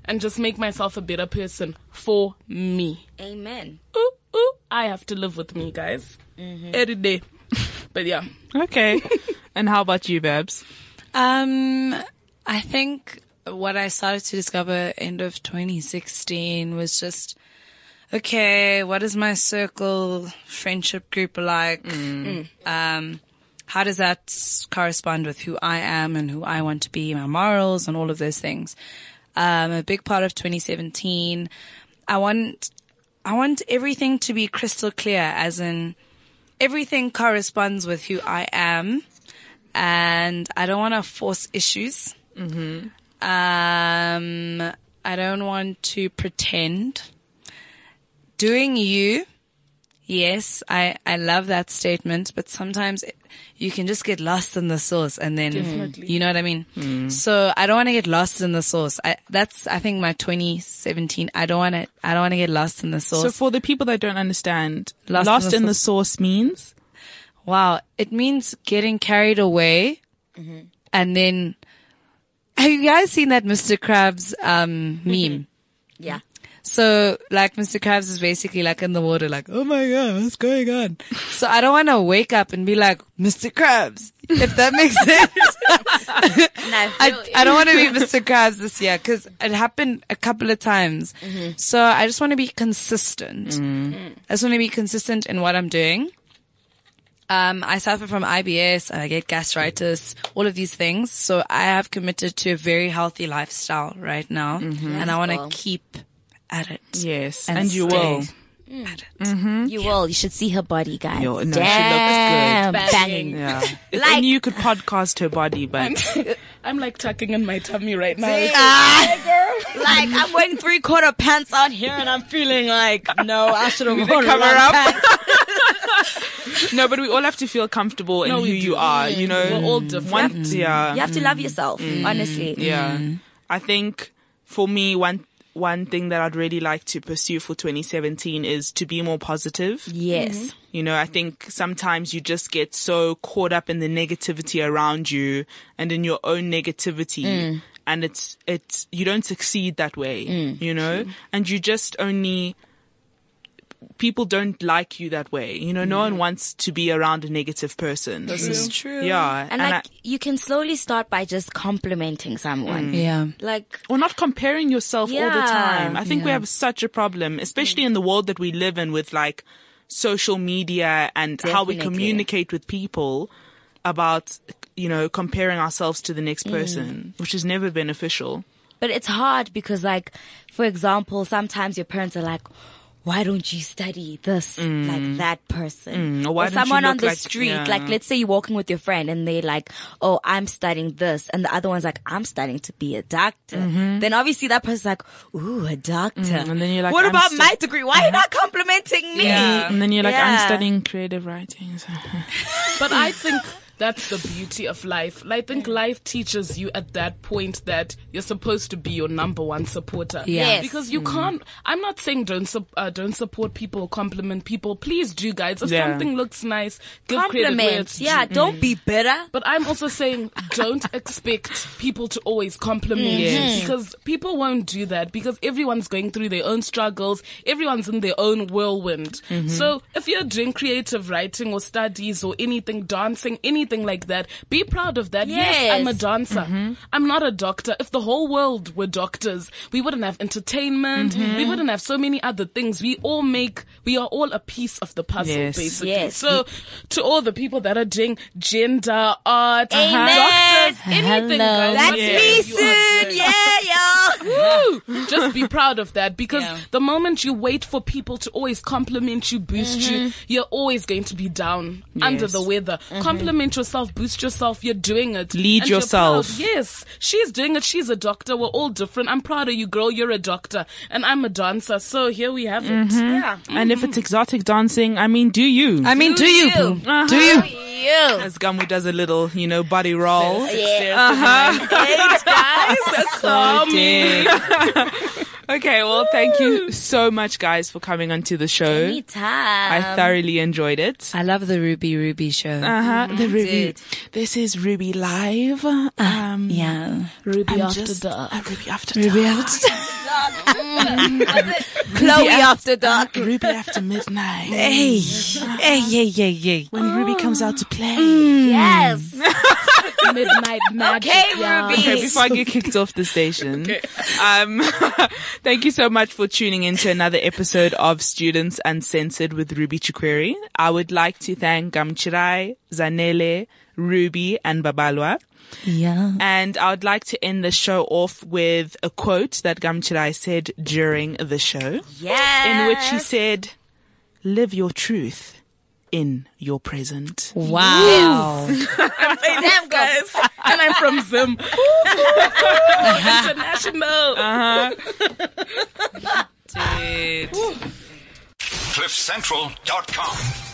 [SPEAKER 4] and just make myself a better person for me.
[SPEAKER 3] Amen.
[SPEAKER 4] Ooh, ooh, I have to live with me, guys, every day. But yeah,
[SPEAKER 2] Okay. and how about you, Babs?
[SPEAKER 5] Um, I think what I started to discover end of 2016 was just, okay, what is my circle friendship group like? Um, how does that correspond with who I am and who I want to be, my morals and all of those things? Um, a big part of 2017, I want, I want everything to be crystal clear as in everything corresponds with who I am and I don't want to force issues. Mm-hmm. Um, I don't want to pretend. Doing you, yes, I, I love that statement, but sometimes it, you can just get lost in the sauce and then, you know what I mean? So I don't want to get lost in the sauce. I, that's, I think my 2017, I don't want to, I don't want to get lost in the sauce.
[SPEAKER 2] So for the people that don't understand,
[SPEAKER 5] Lost
[SPEAKER 2] lost,
[SPEAKER 5] in the
[SPEAKER 2] in the source means
[SPEAKER 5] Wow, it means getting carried away, and then have you guys seen that Mr. Krabs um, meme?
[SPEAKER 3] Yeah.
[SPEAKER 5] So, like, Mr. Krabs is basically like in the water, like, oh my god, what's going on? so I don't want to wake up and be like Mr. Krabs, if that makes sense.
[SPEAKER 3] No,
[SPEAKER 5] I, I don't want to be Mr. Krabs this year because it happened a couple of times. So I just want to be consistent. I just want to be consistent in what I'm doing. Um, I suffer from IBS and I get gastritis, all of these things. So I have committed to a very healthy lifestyle right now and I want to
[SPEAKER 3] Well.
[SPEAKER 5] keep at it.
[SPEAKER 2] yes, and,
[SPEAKER 5] And
[SPEAKER 2] you
[SPEAKER 5] stay.
[SPEAKER 2] will.
[SPEAKER 5] At it.
[SPEAKER 3] you will. You should see her body, guys.
[SPEAKER 2] Yo, no, she looks good.
[SPEAKER 3] Damn,
[SPEAKER 4] Banging.
[SPEAKER 3] banging.
[SPEAKER 2] Yeah, if
[SPEAKER 3] Like-
[SPEAKER 2] only you could podcast her body, but
[SPEAKER 4] I'm like tucking in my tummy right now.
[SPEAKER 3] Ah, like I'm wearing three quarter pants out here, and I'm feeling like no, I should have worn
[SPEAKER 2] cover
[SPEAKER 3] long
[SPEAKER 2] up.
[SPEAKER 3] pants.
[SPEAKER 2] no, but we all have to feel comfortable in
[SPEAKER 4] No,
[SPEAKER 2] who
[SPEAKER 4] we
[SPEAKER 2] you
[SPEAKER 4] do.
[SPEAKER 2] are. You know,
[SPEAKER 4] We're all different. Mm.
[SPEAKER 2] One, yeah,
[SPEAKER 3] You have to love yourself, honestly.
[SPEAKER 2] Mm. Yeah. I think for me, one, one thing that I'd really like to pursue for 2017 is to be more positive.
[SPEAKER 3] Yes.
[SPEAKER 2] You know, I think sometimes you just get so caught up in the negativity around you and in your own negativity. And it's, it's, you don't succeed that way, you know, and you just only, people don't like you that way. You know, no one wants to be around a negative person. This is true. Yeah.
[SPEAKER 3] And, like you can slowly start by just complimenting someone.
[SPEAKER 2] Mm.
[SPEAKER 5] Yeah.
[SPEAKER 3] Like
[SPEAKER 2] or not comparing yourself all the
[SPEAKER 3] Yeah. Mm.
[SPEAKER 2] time. I think we have such a problem, especially in the world that we live in with like social media and how we
[SPEAKER 3] Definitely.
[SPEAKER 2] communicate with people about, you know, comparing ourselves to the
[SPEAKER 3] Mm.
[SPEAKER 2] next person, which is never beneficial.
[SPEAKER 3] but it's hard because like for example, sometimes your parents are like why don't you study this like that person?
[SPEAKER 2] or Mm. why don't you
[SPEAKER 3] someone on
[SPEAKER 2] look
[SPEAKER 3] the
[SPEAKER 2] like-
[SPEAKER 3] street,
[SPEAKER 2] yeah.
[SPEAKER 3] like let's say you're walking with your friend and they're like, Oh, I'm studying this and the other one's like, I'm studying to be a doctor. Then obviously that person's like, Ooh, a doctor.
[SPEAKER 2] Mm-hmm. Mm, and then you're like,
[SPEAKER 3] What
[SPEAKER 2] "I'm
[SPEAKER 3] about
[SPEAKER 2] stu- Mm.
[SPEAKER 3] my degree? Why are you not complimenting me?
[SPEAKER 2] And then you're like, I'm
[SPEAKER 3] Yeah.
[SPEAKER 2] studying creative writing. So.
[SPEAKER 4] But I think that's the beauty of life. I think life teaches you at that point that you're supposed to be your number one supporter.
[SPEAKER 5] Yeah.
[SPEAKER 3] Yes. Mm.
[SPEAKER 4] Because you can't. I'm not saying don't sup, uh, don't support people, compliment people. Please do, guys. If
[SPEAKER 2] Yeah.
[SPEAKER 4] something looks nice, give credit where
[SPEAKER 3] Compliments.
[SPEAKER 4] it's
[SPEAKER 3] Yeah, don't be bitter.
[SPEAKER 4] but I'm also saying don't expect people to always compliment you because people won't do that because everyone's going through their own struggles, everyone's in their own whirlwind. So if you're doing creative writing or studies or anything, dancing, anything like that, be proud of that. Yes,
[SPEAKER 3] Yes.
[SPEAKER 4] I'm a dancer. I'm not a doctor. If the whole world were doctors, we wouldn't have entertainment, we wouldn't have so many other things. We all make, we are all a piece of the puzzle,
[SPEAKER 2] Yes.
[SPEAKER 4] basically.
[SPEAKER 3] Yes.
[SPEAKER 4] So to all the people that are doing gender art,
[SPEAKER 2] Mm.
[SPEAKER 3] Amen.
[SPEAKER 2] Uh-huh.
[SPEAKER 4] doctors, anything,
[SPEAKER 5] Hello.
[SPEAKER 4] guys,
[SPEAKER 3] That's
[SPEAKER 4] whatever
[SPEAKER 3] me
[SPEAKER 4] you are
[SPEAKER 3] soon.
[SPEAKER 4] doing,
[SPEAKER 3] Yeah, y'all.
[SPEAKER 4] woo, just be proud of that because the moment you wait for people to always compliment you, boost you, you're always going to be down under the weather. Compliment yourself, boost yourself. You're doing it.
[SPEAKER 2] Lead
[SPEAKER 4] And you're
[SPEAKER 2] yourself.
[SPEAKER 4] proud. yes, she's doing it. She's a doctor. We're all different. I'm proud of you, girl. You're a doctor, and I'm a dancer. So here we have it.
[SPEAKER 3] Yeah.
[SPEAKER 2] And if it's exotic dancing, I mean, do you?
[SPEAKER 5] I mean, do, you?
[SPEAKER 3] you?
[SPEAKER 5] boo?
[SPEAKER 2] Uh-huh.
[SPEAKER 5] Do you?
[SPEAKER 3] You.
[SPEAKER 2] As Gamu does a little, you know, body roll.
[SPEAKER 3] Thanks, guys.
[SPEAKER 2] Oh, dear. okay, well, thank you so much, guys, for coming onto the show.
[SPEAKER 3] Anytime.
[SPEAKER 2] I thoroughly enjoyed it.
[SPEAKER 5] I love the Ruby Ruby show.
[SPEAKER 3] Uh,
[SPEAKER 2] Uh-huh. The Ruby.
[SPEAKER 3] Dude.
[SPEAKER 2] This is Ruby Live. Um,
[SPEAKER 5] Uh, yeah.
[SPEAKER 4] Ruby
[SPEAKER 2] I'm
[SPEAKER 4] after
[SPEAKER 2] just,
[SPEAKER 4] dark.
[SPEAKER 2] uh, Ruby After
[SPEAKER 5] Ruby
[SPEAKER 2] Dark.
[SPEAKER 5] After
[SPEAKER 3] Chloe after dark.
[SPEAKER 2] Ruby after midnight.
[SPEAKER 5] Hey,
[SPEAKER 3] Uh-huh.
[SPEAKER 5] hey, yeah, yeah, yeah.
[SPEAKER 2] When Ruby comes out to play.
[SPEAKER 5] Mm.
[SPEAKER 3] Yes.
[SPEAKER 4] Midnight magic.
[SPEAKER 3] Okay,
[SPEAKER 4] yeah.
[SPEAKER 3] Ruby.
[SPEAKER 2] Okay, before I get kicked off the station, um, thank you so much for tuning in to another episode of Students Uncensored with Ruby Chikweri. I would like to thank Gamchirai, Zanele, Ruby, and Babalwa.
[SPEAKER 5] Yeah.
[SPEAKER 2] And I would like to end the show off with a quote that Gamchirai said during the show,
[SPEAKER 3] Yes.
[SPEAKER 2] in which he said, live your truth in your present.
[SPEAKER 5] Wow.
[SPEAKER 3] Damn, guys.
[SPEAKER 4] And I'm from Zim. International.
[SPEAKER 6] CliffCentral.com.